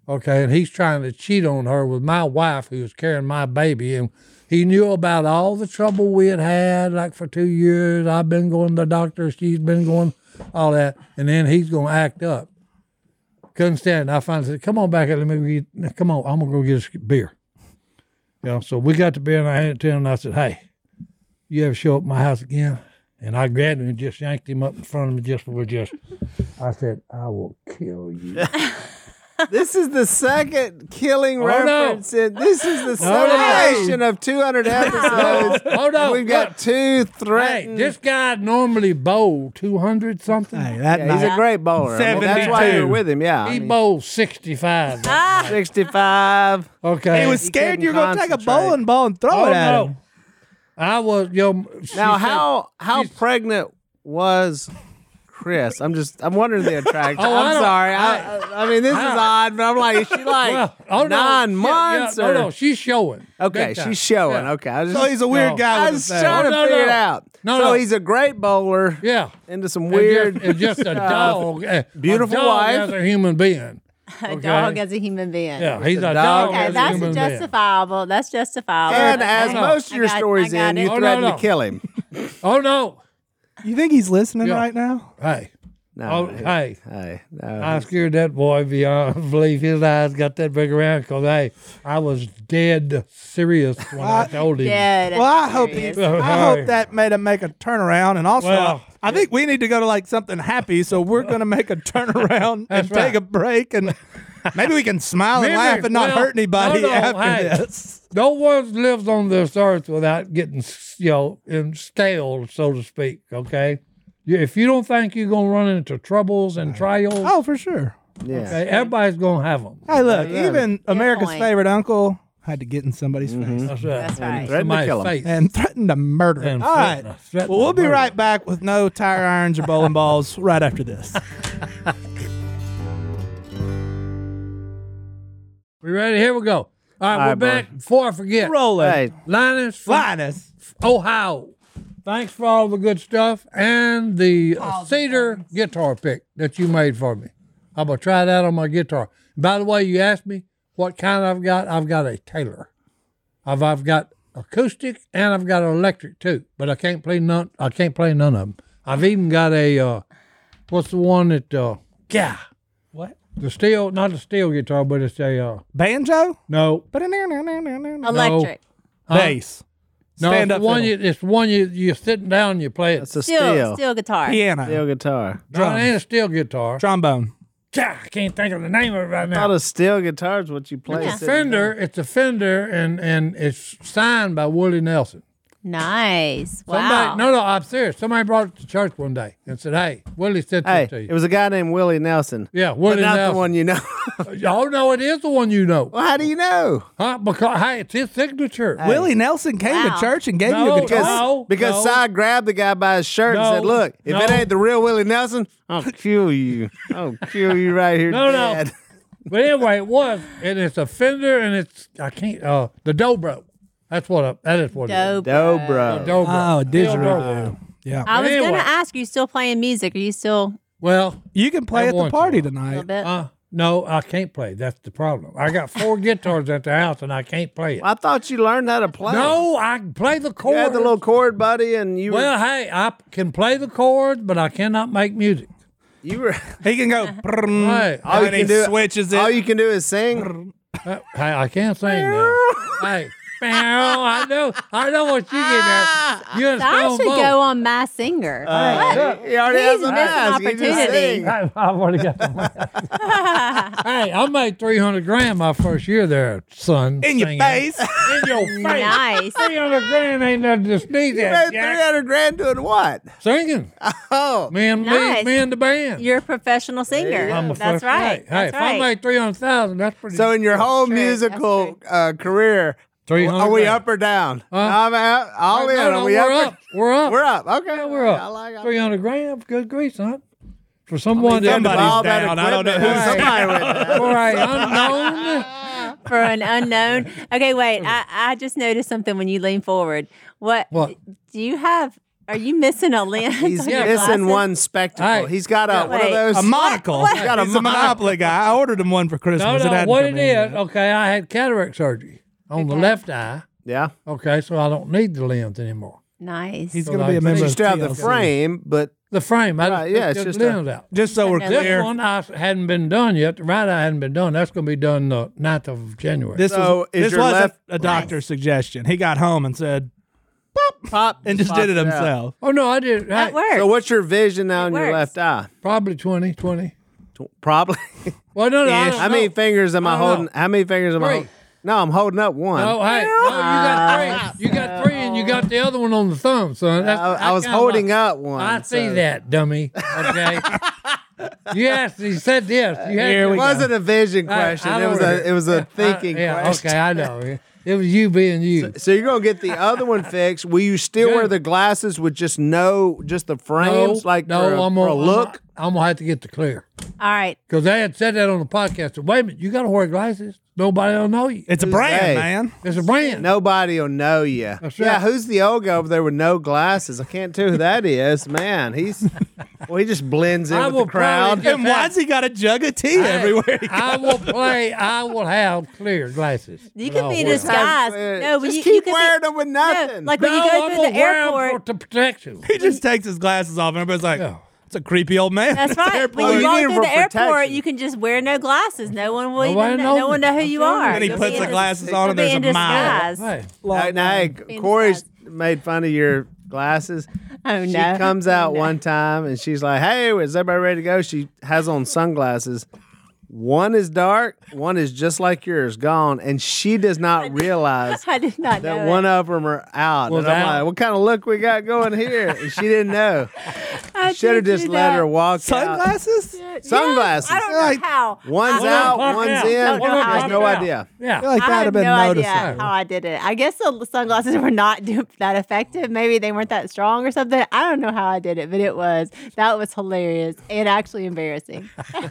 Speaker 2: Okay, and he's trying to cheat on her with my wife who was carrying my baby, and he knew about all the trouble we had had. Like for two years, I've been going to the doctor, she's been going, all that, and then he's going to act up. Couldn't stand it. I finally said, "Come on back here, let me get, come on, I'm gonna go get a beer." You know, so we got the beer and I handed it to him, and I said, "Hey." you ever show up at my house again? And I grabbed him and just yanked him up in front of me just for just. I said, I will kill you.
Speaker 4: uh This is the second killing
Speaker 2: Oh, no.
Speaker 4: reference. In, this is the
Speaker 2: No, no.
Speaker 4: celebration of 200 episodes.
Speaker 2: Hold on.
Speaker 4: We've got two
Speaker 2: look. Hey,
Speaker 4: threatened.
Speaker 2: this guy normally bowled 200 something.
Speaker 1: hey, that
Speaker 4: Yeah, he's
Speaker 1: night-
Speaker 4: a great bowler. I mean, that's why
Speaker 1: 72.
Speaker 4: you're with him. Yeah. I
Speaker 2: he
Speaker 4: mean,
Speaker 2: bowled 65.
Speaker 3: Ah,
Speaker 4: 65.
Speaker 2: Okay.
Speaker 1: he was
Speaker 4: He
Speaker 1: scared
Speaker 4: couldn't
Speaker 1: you were going to take a
Speaker 4: concentrate.
Speaker 1: bowling ball and throw
Speaker 2: Oh,
Speaker 1: it at
Speaker 2: no.
Speaker 1: him.
Speaker 2: I was, yo. she
Speaker 4: Now,
Speaker 2: said-
Speaker 4: how how
Speaker 2: she's-
Speaker 4: pregnant was Chris? I'm just I'm wondering the attraction.
Speaker 2: Oh, I
Speaker 4: I'm
Speaker 2: don't-
Speaker 4: sorry. I, I I mean this is
Speaker 2: I-
Speaker 4: odd, but I'm like, is she like
Speaker 2: Well, oh, no.
Speaker 4: nine
Speaker 2: Yeah,
Speaker 4: months
Speaker 2: yeah,
Speaker 4: or
Speaker 2: no, no, she's showing.
Speaker 4: okay?
Speaker 2: Big time.
Speaker 4: She's showing.
Speaker 2: Yeah.
Speaker 4: Okay, I was just,
Speaker 1: So Oh, he's a weird
Speaker 2: No.
Speaker 1: guy.
Speaker 4: I
Speaker 1: With
Speaker 4: was
Speaker 1: a thing.
Speaker 4: trying to
Speaker 2: No, no,
Speaker 4: figure it
Speaker 2: no.
Speaker 4: out.
Speaker 2: No,
Speaker 4: so
Speaker 2: no.
Speaker 4: he's a great bowler
Speaker 2: Yeah.
Speaker 4: into some
Speaker 2: And just-
Speaker 4: weird.
Speaker 2: And just, a dog. a-
Speaker 4: Beautiful
Speaker 2: a dog
Speaker 4: wife.
Speaker 2: As a human being.
Speaker 3: a
Speaker 2: Okay.
Speaker 3: dog as a human being.
Speaker 2: Yeah, he's
Speaker 4: a
Speaker 2: a
Speaker 4: dog
Speaker 2: dog.
Speaker 4: as
Speaker 3: Okay,
Speaker 2: as a
Speaker 3: that's
Speaker 2: human being.
Speaker 3: justifiable. That's justifiable.
Speaker 4: and
Speaker 3: Okay.
Speaker 4: as most of
Speaker 3: I
Speaker 4: your
Speaker 3: got-
Speaker 4: stories
Speaker 3: I got
Speaker 4: in,
Speaker 3: it.
Speaker 4: you
Speaker 2: Oh, no,
Speaker 4: threatened
Speaker 2: no.
Speaker 4: to kill him.
Speaker 2: Oh no!
Speaker 1: You think he's listening
Speaker 2: Yeah.
Speaker 1: right now?
Speaker 2: Hey,
Speaker 4: No,
Speaker 2: oh
Speaker 4: he-
Speaker 2: hey!
Speaker 4: hey, no,
Speaker 2: I scared that boy beyond belief. His eyes got that big around because hey, I was dead serious when I told him.
Speaker 3: Dead.
Speaker 1: Well, I hope he,
Speaker 3: Serious.
Speaker 1: I hope that made him make a turnaround, and also
Speaker 2: Well,
Speaker 1: I think we need to go to like something happy. So we're gonna make a turnaround and
Speaker 2: That's
Speaker 1: take
Speaker 2: right.
Speaker 1: a break, and maybe we can smile and
Speaker 2: Maybe-
Speaker 1: laugh and not
Speaker 2: well,
Speaker 1: hurt anybody
Speaker 2: no, no,
Speaker 1: after
Speaker 2: hey.
Speaker 1: this.
Speaker 2: No one lives on this earth without getting s- you know and stale, so to speak. Okay, You- if you don't think you're gonna run into troubles and trials,
Speaker 1: Oh, for sure.
Speaker 4: yeah.
Speaker 2: okay, everybody's gonna have them.
Speaker 1: Hey, look, even America's
Speaker 3: point.
Speaker 1: favorite uncle had to get in somebody's face
Speaker 2: That's right.
Speaker 3: That's right.
Speaker 4: threatened to
Speaker 2: Somebody's
Speaker 4: kill him.
Speaker 2: face.
Speaker 1: and threatened to murder. him.
Speaker 2: And
Speaker 1: All right.
Speaker 2: threatened- threatened
Speaker 1: well, we'll
Speaker 2: to
Speaker 1: be
Speaker 2: murder
Speaker 1: right back with no tire irons or bowling balls right after this.
Speaker 2: We ready? Here we go. All right, we're
Speaker 4: right, bro.
Speaker 2: back. Before I forget,
Speaker 1: Roll it.
Speaker 4: Hey,
Speaker 2: Linus from
Speaker 1: Linus.
Speaker 2: Ohio. Thanks for all the good stuff and the uh, cedar guitar pick that you made for me. I'm gonna try that on my guitar. By the way, you asked me what kind I've got. I've got a Taylor. I've I've got acoustic and I've got an electric too, but I can't play none. I can't play none of them. I've even got a uh, what's the one that uh, yeah,
Speaker 1: What?
Speaker 2: the steel not a steel guitar, but it's a uh,
Speaker 1: Banjo?
Speaker 2: no
Speaker 1: But
Speaker 3: Electric.
Speaker 1: Bass.
Speaker 2: no
Speaker 1: Stand
Speaker 2: it's
Speaker 1: up
Speaker 2: one.
Speaker 1: fiddle.
Speaker 2: You, it's one you you're sitting down, you play it.
Speaker 4: it's a
Speaker 3: Steel,
Speaker 4: steel.
Speaker 3: steel guitar.
Speaker 1: Piano.
Speaker 4: Steel guitar.
Speaker 2: Drum. and a steel guitar.
Speaker 1: Trombone.
Speaker 2: God, I can't think of the name of it right
Speaker 4: Not
Speaker 2: now.
Speaker 4: a steel guitar is what you play.
Speaker 2: It's a
Speaker 4: sitting
Speaker 2: Fender. It's a Fender, and and it's signed by Willie Nelson.
Speaker 3: Nice.
Speaker 2: Somebody,
Speaker 3: Wow.
Speaker 2: No, no, I'm serious. Somebody brought it to church one day and said, "Hey, Willie sent
Speaker 4: down.
Speaker 2: this to
Speaker 4: Hey,
Speaker 2: you."
Speaker 4: it was a guy named Willie Nelson.
Speaker 2: yeah,
Speaker 4: But
Speaker 2: Willie
Speaker 4: not
Speaker 2: Nelson.
Speaker 4: the one you know.
Speaker 2: Oh no, it is the one you know,
Speaker 4: well, how do you know?
Speaker 2: huh? Because hey, it's his signature.
Speaker 1: Willie Nelson came
Speaker 3: Wow.
Speaker 1: to church and gave
Speaker 2: No,
Speaker 1: you a guitar.
Speaker 4: Because,
Speaker 2: No,
Speaker 4: because
Speaker 2: no.
Speaker 4: Si grabbed the guy by his shirt and said,
Speaker 2: No,
Speaker 4: Look, if it
Speaker 2: no.
Speaker 4: ain't the real Willie Nelson, I'll kill you. I'll kill you right here.
Speaker 2: No, no.
Speaker 4: dead."
Speaker 2: But anyway, it was, and it's a Fender, and it's I can't. Uh, the Dobro. That's what. I, that is what.
Speaker 3: Dope.
Speaker 4: No, bro.
Speaker 2: It is. Dobro.
Speaker 1: Oh, a
Speaker 2: Steel
Speaker 1: didgeridoo.
Speaker 2: dobro.
Speaker 1: Yeah.
Speaker 3: I was
Speaker 2: Anyway.
Speaker 3: gonna ask, are you still playing music? Are you still
Speaker 2: Well,
Speaker 1: You can play
Speaker 2: I
Speaker 1: at the
Speaker 2: want to.
Speaker 1: party
Speaker 3: a little
Speaker 1: tonight.
Speaker 3: bit?
Speaker 2: Uh, no, I can't play. That's the problem. I got four guitars at the house and I can't play it.
Speaker 4: I thought you learned how to play.
Speaker 2: No, I can play the
Speaker 4: You
Speaker 2: chords.
Speaker 4: had the little chord buddy and you
Speaker 2: well,
Speaker 4: were
Speaker 2: hey, I p- can play the chords, but I cannot make music.
Speaker 4: you were
Speaker 1: He can go. brrrm,
Speaker 2: Hey,
Speaker 1: and
Speaker 4: all you
Speaker 1: then he
Speaker 4: can do
Speaker 1: switches it.
Speaker 4: all you can do is sing.
Speaker 2: Uh, hey, I can't sing now. hey, meow, I know, I know what you get at. You and
Speaker 3: I
Speaker 2: Stone
Speaker 3: should
Speaker 2: Bowl.
Speaker 3: go on Mass Singer.
Speaker 1: Uh,
Speaker 3: What?
Speaker 4: He already
Speaker 3: He's
Speaker 4: has
Speaker 3: missed
Speaker 4: a
Speaker 3: an
Speaker 4: mask. You just
Speaker 3: opportunity.
Speaker 4: sing.
Speaker 2: I, I've already got the mic. hey, I made three hundred grand my first year there, son.
Speaker 1: in your
Speaker 2: singing.
Speaker 1: face.
Speaker 2: in your face.
Speaker 3: Nice.
Speaker 2: Three hundred grand ain't nothing to sneeze
Speaker 4: You
Speaker 2: at.
Speaker 4: made
Speaker 2: Jack.
Speaker 4: three hundred grand doing what?
Speaker 2: singing.
Speaker 4: Oh,
Speaker 2: Me and
Speaker 3: Nice.
Speaker 2: me, me and the band.
Speaker 3: You're a professional singer.
Speaker 2: I'm a
Speaker 3: That's
Speaker 2: first-
Speaker 3: right.
Speaker 2: Hey, hey,
Speaker 3: That's
Speaker 2: if I
Speaker 3: right.
Speaker 2: make three hundred thousand, that's pretty.
Speaker 4: so in your whole
Speaker 3: true. That's
Speaker 4: musical uh, career,
Speaker 2: three hundred.
Speaker 4: are we up or down? I'm out. All in.
Speaker 2: no, no,
Speaker 4: are we
Speaker 2: we're
Speaker 4: up? or-
Speaker 2: up. We're up.
Speaker 4: We're up. Okay,
Speaker 2: We're up.
Speaker 4: I like
Speaker 2: three hundred grand. Good grief, son. For someone that
Speaker 1: somebody's
Speaker 4: all that
Speaker 1: down. I don't know
Speaker 4: equipment.
Speaker 1: who's
Speaker 4: Somebody went down.
Speaker 2: for a unknown.
Speaker 3: For an unknown. Okay, wait. I, I just noticed something when you lean forward. What,
Speaker 2: What?
Speaker 3: do you have? Are you missing a lens?
Speaker 4: He's
Speaker 3: on your
Speaker 4: missing
Speaker 3: glasses?
Speaker 4: one spectacle.
Speaker 2: Hey.
Speaker 4: He's got a one of
Speaker 3: Wait.
Speaker 4: those.
Speaker 1: A monocle.
Speaker 3: What?
Speaker 1: He's got a
Speaker 4: He's a
Speaker 1: monopoly guy. I ordered him one for
Speaker 2: No,
Speaker 1: Christmas. it
Speaker 2: no.
Speaker 1: hadn't
Speaker 2: What it
Speaker 1: come in
Speaker 2: is?
Speaker 1: yet.
Speaker 2: Okay, I had cataract surgery on the left eye.
Speaker 4: yeah,
Speaker 2: Okay, so I don't need the lens anymore.
Speaker 3: Nice.
Speaker 1: He's
Speaker 2: So
Speaker 1: going to be
Speaker 2: like
Speaker 1: a member.
Speaker 2: this.
Speaker 4: you
Speaker 1: of
Speaker 4: still have the
Speaker 1: TLC.
Speaker 4: frame, but
Speaker 2: The frame. I
Speaker 4: Right,
Speaker 2: just
Speaker 4: yeah,
Speaker 2: took
Speaker 4: it's
Speaker 2: the
Speaker 4: just a-
Speaker 2: lens out.
Speaker 1: Just so we're
Speaker 3: This
Speaker 2: This
Speaker 1: clear,
Speaker 2: one I hadn't been done yet. The right eye hadn't been done. That's going to be done the 9th of January.
Speaker 1: this
Speaker 4: So
Speaker 1: was
Speaker 4: is
Speaker 1: this
Speaker 4: your
Speaker 1: was
Speaker 4: left-
Speaker 1: a, a doctor's suggestion. He got home and said,
Speaker 4: pop
Speaker 1: and just did it
Speaker 4: popped out.
Speaker 1: himself.
Speaker 2: oh no, I did.
Speaker 3: that
Speaker 2: hey,
Speaker 3: works.
Speaker 4: So what's your vision now in your
Speaker 3: works.
Speaker 4: left eye?
Speaker 2: probably 20, 20.
Speaker 4: Tw- Probably.
Speaker 2: Well, no, no. I don't
Speaker 4: How many
Speaker 2: know.
Speaker 4: fingers am I,
Speaker 2: I don't
Speaker 4: holding?
Speaker 2: know.
Speaker 4: How many fingers am I
Speaker 2: Three.
Speaker 4: holding? No, I'm holding up one.
Speaker 2: Oh, hey, no, you got three. You got three, and you got the other one on the thumb, son. That's,
Speaker 4: Ah. I, I was
Speaker 2: kinda
Speaker 4: holding
Speaker 2: like-
Speaker 4: up one.
Speaker 2: I see
Speaker 4: so-
Speaker 2: that, dummy. Okay. you asked. You said this. You had
Speaker 1: Here
Speaker 2: to-
Speaker 1: we
Speaker 4: It wasn't a vision
Speaker 2: I- I
Speaker 4: question. it
Speaker 2: don't
Speaker 4: was
Speaker 2: know.
Speaker 4: a it was a thinking
Speaker 2: yeah,
Speaker 4: question.
Speaker 2: Okay, I know. It was you being you.
Speaker 4: So you're gonna get the other one fixed. Will you still
Speaker 2: Good.
Speaker 4: wear the glasses with just no, just the frames, like
Speaker 2: no,
Speaker 4: for a,
Speaker 2: I'm
Speaker 4: for
Speaker 2: gonna,
Speaker 4: a look?
Speaker 2: I'm gonna have to get the clear.
Speaker 3: All right.
Speaker 2: Because they had said that on the podcast. Wait a minute, you got to wear glasses. Nobody will know you.
Speaker 1: It's a
Speaker 4: Who's
Speaker 1: brand,
Speaker 4: they?
Speaker 1: man.
Speaker 2: It's a brand.
Speaker 4: Nobody will know you.
Speaker 2: That's
Speaker 4: Yeah,
Speaker 2: right.
Speaker 4: who's the old guy over there with no glasses? I can't tell who that is. Man, he's well, he just blends in
Speaker 2: I
Speaker 4: with
Speaker 2: will
Speaker 4: the crowd.
Speaker 2: probably get-
Speaker 1: And why's he got a jug of tea
Speaker 2: Hey,
Speaker 1: everywhere? he
Speaker 2: I will play. I will have clear glasses.
Speaker 3: You
Speaker 2: But
Speaker 3: can be
Speaker 2: I'll wear 'em.
Speaker 3: disguised.
Speaker 4: Sometimes, uh,
Speaker 3: No, but
Speaker 4: just
Speaker 3: you,
Speaker 4: keep
Speaker 3: you can
Speaker 4: wearing
Speaker 3: be,
Speaker 4: them with
Speaker 3: no,
Speaker 4: nothing.
Speaker 3: like when
Speaker 2: No,
Speaker 3: you go
Speaker 2: I'm
Speaker 3: through
Speaker 2: gonna
Speaker 3: the
Speaker 2: wear 'em
Speaker 3: airport,
Speaker 2: for the protection.
Speaker 1: He just takes his glasses off, and everybody's like,
Speaker 2: Yeah.
Speaker 1: "It's a creepy old man."
Speaker 3: That's
Speaker 1: at the
Speaker 3: right.
Speaker 1: airport."
Speaker 4: Well,
Speaker 3: When
Speaker 4: you
Speaker 3: you walk
Speaker 4: need 'em
Speaker 3: through
Speaker 4: for
Speaker 3: the airport,
Speaker 4: protection.
Speaker 3: you can just wear no glasses. No one will
Speaker 2: Nobody
Speaker 3: even know,
Speaker 2: knows
Speaker 3: no one
Speaker 2: it.
Speaker 3: know who you
Speaker 2: That's
Speaker 3: are.
Speaker 2: right.
Speaker 1: And he
Speaker 3: You'll
Speaker 1: puts
Speaker 3: be
Speaker 1: the
Speaker 3: in-
Speaker 1: glasses
Speaker 3: you'll
Speaker 1: on, and
Speaker 3: be
Speaker 1: there's
Speaker 3: in
Speaker 1: a mile.
Speaker 3: disguise.
Speaker 2: Hey,
Speaker 4: Hey, now, hey,
Speaker 3: Being
Speaker 4: Corey's
Speaker 3: disguised.
Speaker 4: made fun of your glasses.
Speaker 3: Oh
Speaker 4: She
Speaker 3: no!
Speaker 4: comes out one time and she's like, "Hey, is everybody ready to go?" She has on sunglasses. One is dark, one is just like yours, gone, and she does not realize
Speaker 3: I did not know
Speaker 4: that
Speaker 3: it.
Speaker 4: one of them are out.
Speaker 2: Well,
Speaker 4: and I'm
Speaker 2: that-
Speaker 4: like, "What kind of look we got going here?" And she didn't know.
Speaker 3: I
Speaker 4: Should have
Speaker 3: did
Speaker 4: just
Speaker 3: do
Speaker 4: let
Speaker 3: that.
Speaker 4: her walk. out.
Speaker 1: Sunglasses?
Speaker 3: Yes,
Speaker 4: Sunglasses.
Speaker 3: I don't know
Speaker 1: Like,
Speaker 3: how.
Speaker 4: One's
Speaker 3: I,
Speaker 4: out,
Speaker 2: Well,
Speaker 4: one's
Speaker 2: yeah.
Speaker 4: in.
Speaker 3: Don't know how
Speaker 4: There's
Speaker 3: I
Speaker 4: no
Speaker 2: Yeah.
Speaker 4: idea.
Speaker 2: Yeah.
Speaker 1: I feel like
Speaker 3: I
Speaker 1: that'd
Speaker 3: have
Speaker 1: have
Speaker 3: no
Speaker 1: been
Speaker 3: idea
Speaker 1: noticeable.
Speaker 3: how I did it. I guess the sunglasses were not do, that effective. Maybe they weren't that strong or something. I don't know how I did it, but it was that was hilarious and actually embarrassing.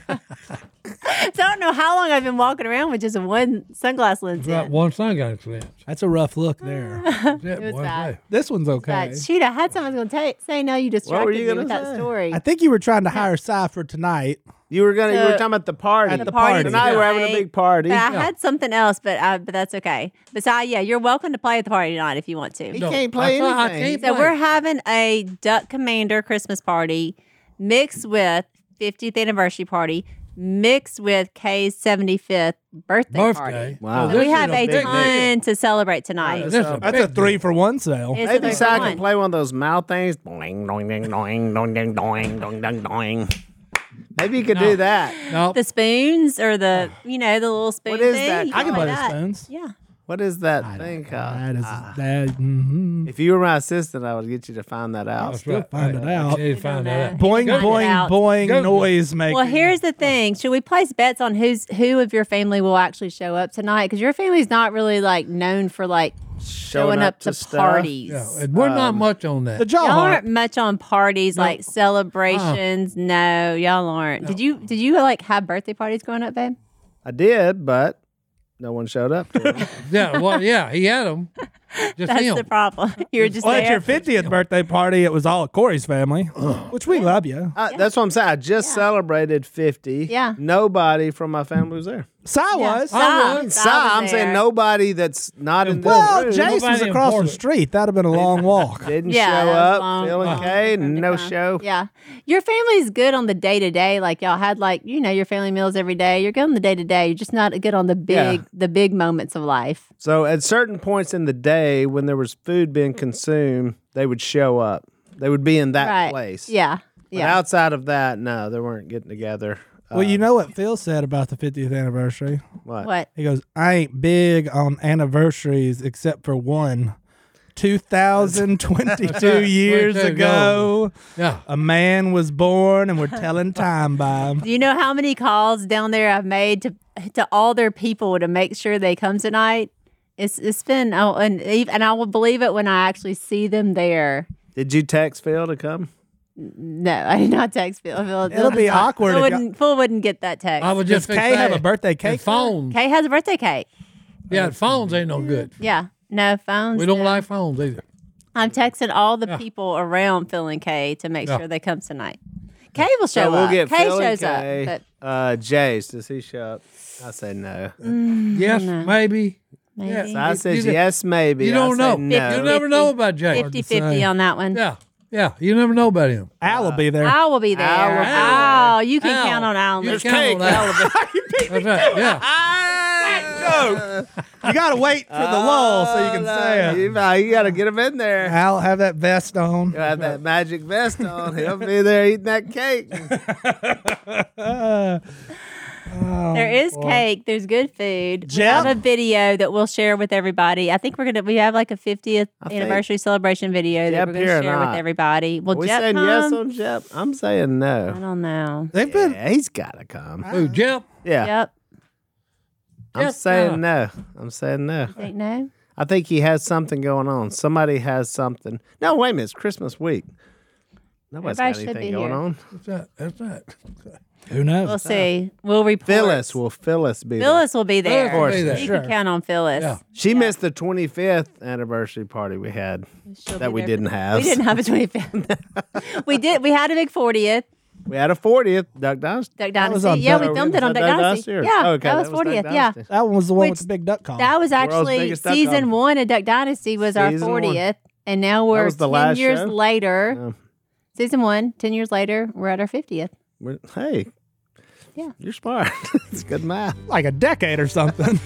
Speaker 3: So I don't know how long I've been walking around with just one sunglass lens.
Speaker 2: It's like
Speaker 3: in.
Speaker 2: one sunglass lens.
Speaker 1: That's a rough look there.
Speaker 2: That's it,
Speaker 3: It was
Speaker 2: boy.
Speaker 3: bad.
Speaker 1: this one's okay.
Speaker 3: But shoot, I had someone going to say, "No, you distracted
Speaker 4: you
Speaker 3: me
Speaker 4: gonna
Speaker 3: with
Speaker 4: say?
Speaker 3: that story."
Speaker 1: I think you were trying to hire Cy for tonight.
Speaker 4: You were gonna. you
Speaker 3: So-
Speaker 4: were talking about the party.
Speaker 1: At the party.
Speaker 4: Tonight we're having a big party.
Speaker 3: But I had something else, but I, but that's okay. But so, yeah, you're welcome to play at the party tonight if you want to.
Speaker 4: He
Speaker 2: No,
Speaker 4: can't play
Speaker 2: I- I
Speaker 4: anything.
Speaker 2: can't
Speaker 3: So
Speaker 2: play.
Speaker 3: we're having a Duck Commander Christmas party mixed with 50th anniversary party mixed with Kay's 75th birthday,
Speaker 2: birthday.
Speaker 3: party.
Speaker 4: Wow.
Speaker 2: So
Speaker 3: So
Speaker 2: this
Speaker 3: we
Speaker 2: is
Speaker 3: have a,
Speaker 2: big
Speaker 3: ton to celebrate tonight.
Speaker 2: deal.
Speaker 3: It's
Speaker 2: This is
Speaker 4: That's
Speaker 1: That's
Speaker 2: big
Speaker 1: a three
Speaker 2: deal.
Speaker 1: for one sale.
Speaker 3: a
Speaker 4: Maybe
Speaker 3: big
Speaker 4: so I can
Speaker 3: one.
Speaker 4: play one of those mouth things. Doing, doing, doing, doing, doing, doing, doing, doing, doing, doing. Maybe you could do that.
Speaker 2: No,
Speaker 3: The spoons or the you know the little spoon.
Speaker 4: is
Speaker 3: thing.
Speaker 4: that?
Speaker 3: You
Speaker 1: I can play
Speaker 3: like
Speaker 1: the
Speaker 3: that.
Speaker 1: spoons.
Speaker 3: Yeah.
Speaker 4: What is that thing called?
Speaker 1: That is that. mhm.
Speaker 4: If you were my assistant, I would get you to find that out.
Speaker 2: that's right.
Speaker 1: find it
Speaker 2: I- I
Speaker 1: out.
Speaker 2: need to find that out.
Speaker 1: Boing,
Speaker 3: Find it
Speaker 1: boing,
Speaker 3: out.
Speaker 1: boing,
Speaker 2: Google.
Speaker 1: noise making.
Speaker 3: Well, here's the thing: should we place bets on who's who of your family will actually show up tonight? Because your family's not really like known for like showing, up, to,
Speaker 4: stuff.
Speaker 3: parties.
Speaker 2: Yeah, and we're not much on
Speaker 1: Um, the
Speaker 2: that.
Speaker 1: jaw
Speaker 3: Y'all
Speaker 1: heart.
Speaker 3: aren't much on parties like celebrations. No, y'all aren't. Did you did you like have birthday parties growing up, babe?
Speaker 4: I did, but no one showed up. to it.
Speaker 2: yeah, well, yeah, he had them. Just
Speaker 3: That's
Speaker 2: him.
Speaker 3: the problem. you were just
Speaker 1: Well, at
Speaker 3: there.
Speaker 1: your 50th birthday party, it was all Corey's family, which we love you.
Speaker 4: I, Uh, That's what I'm saying. I just celebrated 50.
Speaker 3: Yeah.
Speaker 4: Nobody from my family was there.
Speaker 1: Cy
Speaker 3: Yeah,
Speaker 1: was.
Speaker 3: Sai-
Speaker 2: I was.
Speaker 3: Sai
Speaker 4: So
Speaker 3: was
Speaker 4: I'm saying
Speaker 3: there.
Speaker 4: nobody that's not in this
Speaker 1: Well,
Speaker 4: room
Speaker 1: Jason's
Speaker 2: Nobody
Speaker 1: across the
Speaker 2: important.
Speaker 1: street. That'd have been a long walk.
Speaker 4: didn't
Speaker 3: Yeah, that
Speaker 4: show
Speaker 3: was
Speaker 4: up.
Speaker 3: long,
Speaker 4: Phil and
Speaker 3: long
Speaker 4: Kay,
Speaker 3: time to
Speaker 4: no
Speaker 3: come.
Speaker 4: show.
Speaker 3: Yeah. Your family's good on the day to day. Like y'all had like, you know, your family meals every day. You're good on the day to day. You're just not good on the
Speaker 4: Yeah.
Speaker 3: big the big moments of life.
Speaker 4: So at certain points in the day when there was food being consumed, they would show up. They would be in that
Speaker 3: right.
Speaker 4: place.
Speaker 3: Yeah.
Speaker 4: But
Speaker 3: Yeah.
Speaker 4: outside of that, no, they weren't getting together. Uh,
Speaker 1: Well, you know what Phil said about the 50th anniversary?
Speaker 4: what?
Speaker 3: What?
Speaker 1: He goes, I ain't big on anniversaries except for one. 2022 years
Speaker 2: Twenty-two
Speaker 1: ago,
Speaker 2: Yeah.
Speaker 1: a man was born, and we're telling time by him.
Speaker 3: Do you know how many calls down there I've made to to all their people to make sure they come tonight? It's it's been oh, and ev- and I will believe it when I actually see them there.
Speaker 4: Did you text Phil to come?
Speaker 3: No, I did not text Phil. Phil
Speaker 1: It'll be awkward
Speaker 3: Phil
Speaker 1: if y'all-
Speaker 3: wouldn't, Phil wouldn't get that text.
Speaker 2: I was
Speaker 1: Does
Speaker 2: just
Speaker 1: Kay have a birthday
Speaker 2: and
Speaker 1: cake?
Speaker 2: phones.
Speaker 3: Kay has a birthday cake.
Speaker 2: Yeah, phones ain't no good.
Speaker 3: Yeah. No phones.
Speaker 2: We don't
Speaker 3: no.
Speaker 2: like phones either.
Speaker 3: I'm texting all the people around Phil and Kay to make
Speaker 2: Yeah.
Speaker 3: sure they come tonight. Kay will show
Speaker 4: So we'll
Speaker 3: up.
Speaker 4: get
Speaker 3: Kay
Speaker 4: Phil
Speaker 3: shows
Speaker 4: and Kay.
Speaker 3: up,
Speaker 4: Uh, Jace, does he show up? I said no.
Speaker 3: Mm.
Speaker 2: Yes, maybe.
Speaker 3: but
Speaker 2: Yeah.
Speaker 3: maybe
Speaker 4: So I
Speaker 2: You-
Speaker 4: said
Speaker 2: you-
Speaker 4: yes, maybe.
Speaker 2: You
Speaker 4: I
Speaker 2: don't know.
Speaker 4: said
Speaker 2: You
Speaker 4: No.
Speaker 2: never know about Jack.
Speaker 3: 50 50 on that one.
Speaker 2: Yeah, yeah. You never know about him.
Speaker 1: Al will be there.
Speaker 3: I will be there.
Speaker 4: Al will
Speaker 3: Al,
Speaker 4: be
Speaker 3: you can count on Al.
Speaker 2: You
Speaker 3: Lee.
Speaker 2: can count on Al. That's right. Yeah.
Speaker 4: Ah!
Speaker 1: You gotta wait for the lull so you can
Speaker 3: Oh,
Speaker 1: say it.
Speaker 4: You, uh, you got to get him in there.
Speaker 1: Al have that vest on.
Speaker 4: You have that magic vest on. He'll be there eating that cake.
Speaker 1: Oh,
Speaker 3: There is cake. There's good food. We
Speaker 1: Jep.
Speaker 3: have a video that we'll share with everybody. I think we're gonna we have like a 50th
Speaker 4: think
Speaker 3: anniversary celebration video
Speaker 4: Jep
Speaker 3: that we're
Speaker 4: here or
Speaker 3: gonna share
Speaker 4: not?
Speaker 3: with everybody. Well,
Speaker 4: Are we
Speaker 3: Jep
Speaker 4: saying
Speaker 3: come?
Speaker 4: yes on Jep? I'm saying
Speaker 3: I
Speaker 4: no.
Speaker 3: don't know.
Speaker 1: They've been
Speaker 4: Yeah, he's got to come.
Speaker 2: Who, Jeff?
Speaker 4: Yeah,
Speaker 3: Yep.
Speaker 4: I'm
Speaker 2: Jep,
Speaker 4: saying no. I'm saying no.
Speaker 3: Think no.
Speaker 4: I think he has something going on. Somebody has something. No, wait a minute. It's Christmas week. Nobody's got
Speaker 3: Everybody should
Speaker 4: anything
Speaker 3: be
Speaker 4: going
Speaker 3: here.
Speaker 4: on.
Speaker 2: That's right. That's right.
Speaker 1: who knows.
Speaker 3: We'll see. We'll report.
Speaker 4: Phyllis will Phyllis be there?
Speaker 3: Phyllis will be there.
Speaker 2: will be there.
Speaker 3: You
Speaker 2: Sure.
Speaker 3: can count on Phyllis.
Speaker 2: Yeah.
Speaker 4: She missed the 25th anniversary party we had
Speaker 3: She'll
Speaker 4: that
Speaker 3: be
Speaker 4: we
Speaker 3: there.
Speaker 4: didn't have.
Speaker 3: We didn't have a 25th. we did. We had a big 40th.
Speaker 4: We had a 40th Duck Dynasty.
Speaker 3: Duck
Speaker 1: was
Speaker 3: Dynasty.
Speaker 1: on
Speaker 3: yeah,
Speaker 1: Duck-
Speaker 3: we filmed it on
Speaker 4: Duck
Speaker 3: Duck
Speaker 4: Dynasty
Speaker 3: Dynasty.
Speaker 4: or-
Speaker 3: Yeah,
Speaker 4: okay,
Speaker 3: that was
Speaker 4: that was Duck
Speaker 3: 40th. Yeah.
Speaker 4: Dynasty.
Speaker 1: that one was the one with
Speaker 3: Which-
Speaker 1: the big duck
Speaker 4: Oh,
Speaker 1: call.
Speaker 3: That was actually
Speaker 4: biggest duck
Speaker 3: season
Speaker 4: hunt.
Speaker 3: one of Duck Dynasty was our
Speaker 4: Season one.
Speaker 3: 40th, and now we're
Speaker 4: was the
Speaker 3: 10
Speaker 4: last
Speaker 3: years
Speaker 4: show?
Speaker 3: later.
Speaker 4: No.
Speaker 3: Season one, 10 years later, we're at our 50th.
Speaker 4: We're- Hey.
Speaker 3: Yeah.
Speaker 4: You're smart. it's good math.
Speaker 1: like a decade or something.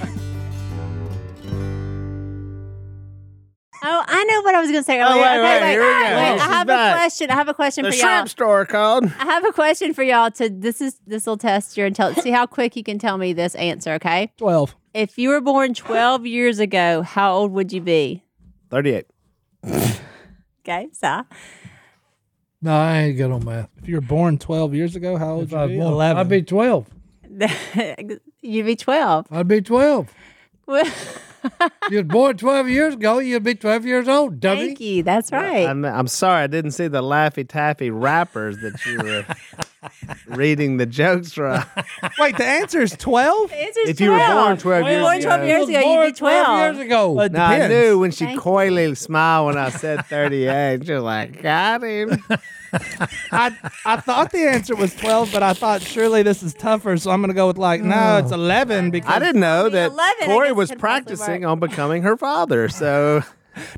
Speaker 3: Oh, I know what I was going to say earlier.
Speaker 4: wait,
Speaker 3: Okay,
Speaker 4: wait, here we go.
Speaker 3: wait,
Speaker 4: She's
Speaker 3: I have
Speaker 4: back.
Speaker 3: a question. I have a question
Speaker 4: The
Speaker 3: for y'all.
Speaker 4: shrimp store called.
Speaker 3: I have a question for y'all. To this is this will test your intelligence. See how quick you can tell me this answer. Okay.
Speaker 1: Twelve.
Speaker 3: If you were born 12 years ago, how old would you be?
Speaker 4: 38.
Speaker 3: Okay, so
Speaker 2: No, I ain't good on math.
Speaker 1: If you were born twelve years ago, how old
Speaker 2: If
Speaker 1: would
Speaker 2: I
Speaker 1: you
Speaker 2: was
Speaker 1: be?
Speaker 2: born- I'd be 12.
Speaker 3: you'd be 12.
Speaker 2: I'd be 12.
Speaker 3: Well,
Speaker 2: You was born 12 years ago. You'd be 12 years old, dummy.
Speaker 3: Thank you. That's right.
Speaker 4: I'm, I'm sorry, I didn't see the Laffy Taffy wrappers that you were reading the jokes right.
Speaker 1: Wait, the answer is 12?
Speaker 4: If you were born 12
Speaker 3: you were
Speaker 4: years
Speaker 3: born 12
Speaker 4: ago.
Speaker 3: years ago,
Speaker 2: Born
Speaker 3: you'd be 12.
Speaker 2: years ago.
Speaker 1: Uh,
Speaker 4: No, I
Speaker 1: Depends.
Speaker 4: knew when she
Speaker 3: Thank you.
Speaker 4: coyly smiled when I said 38. She was like, got him.
Speaker 1: I, I thought the answer was 12, but I thought surely this is tougher, so I'm going to go with like,
Speaker 2: Oh.
Speaker 1: no, it's 11 because
Speaker 4: I didn't know
Speaker 3: mean,
Speaker 4: that
Speaker 3: 11, I
Speaker 4: Corey
Speaker 3: guess,
Speaker 4: was
Speaker 3: could possibly
Speaker 4: practicing
Speaker 3: work.
Speaker 4: on becoming her father. So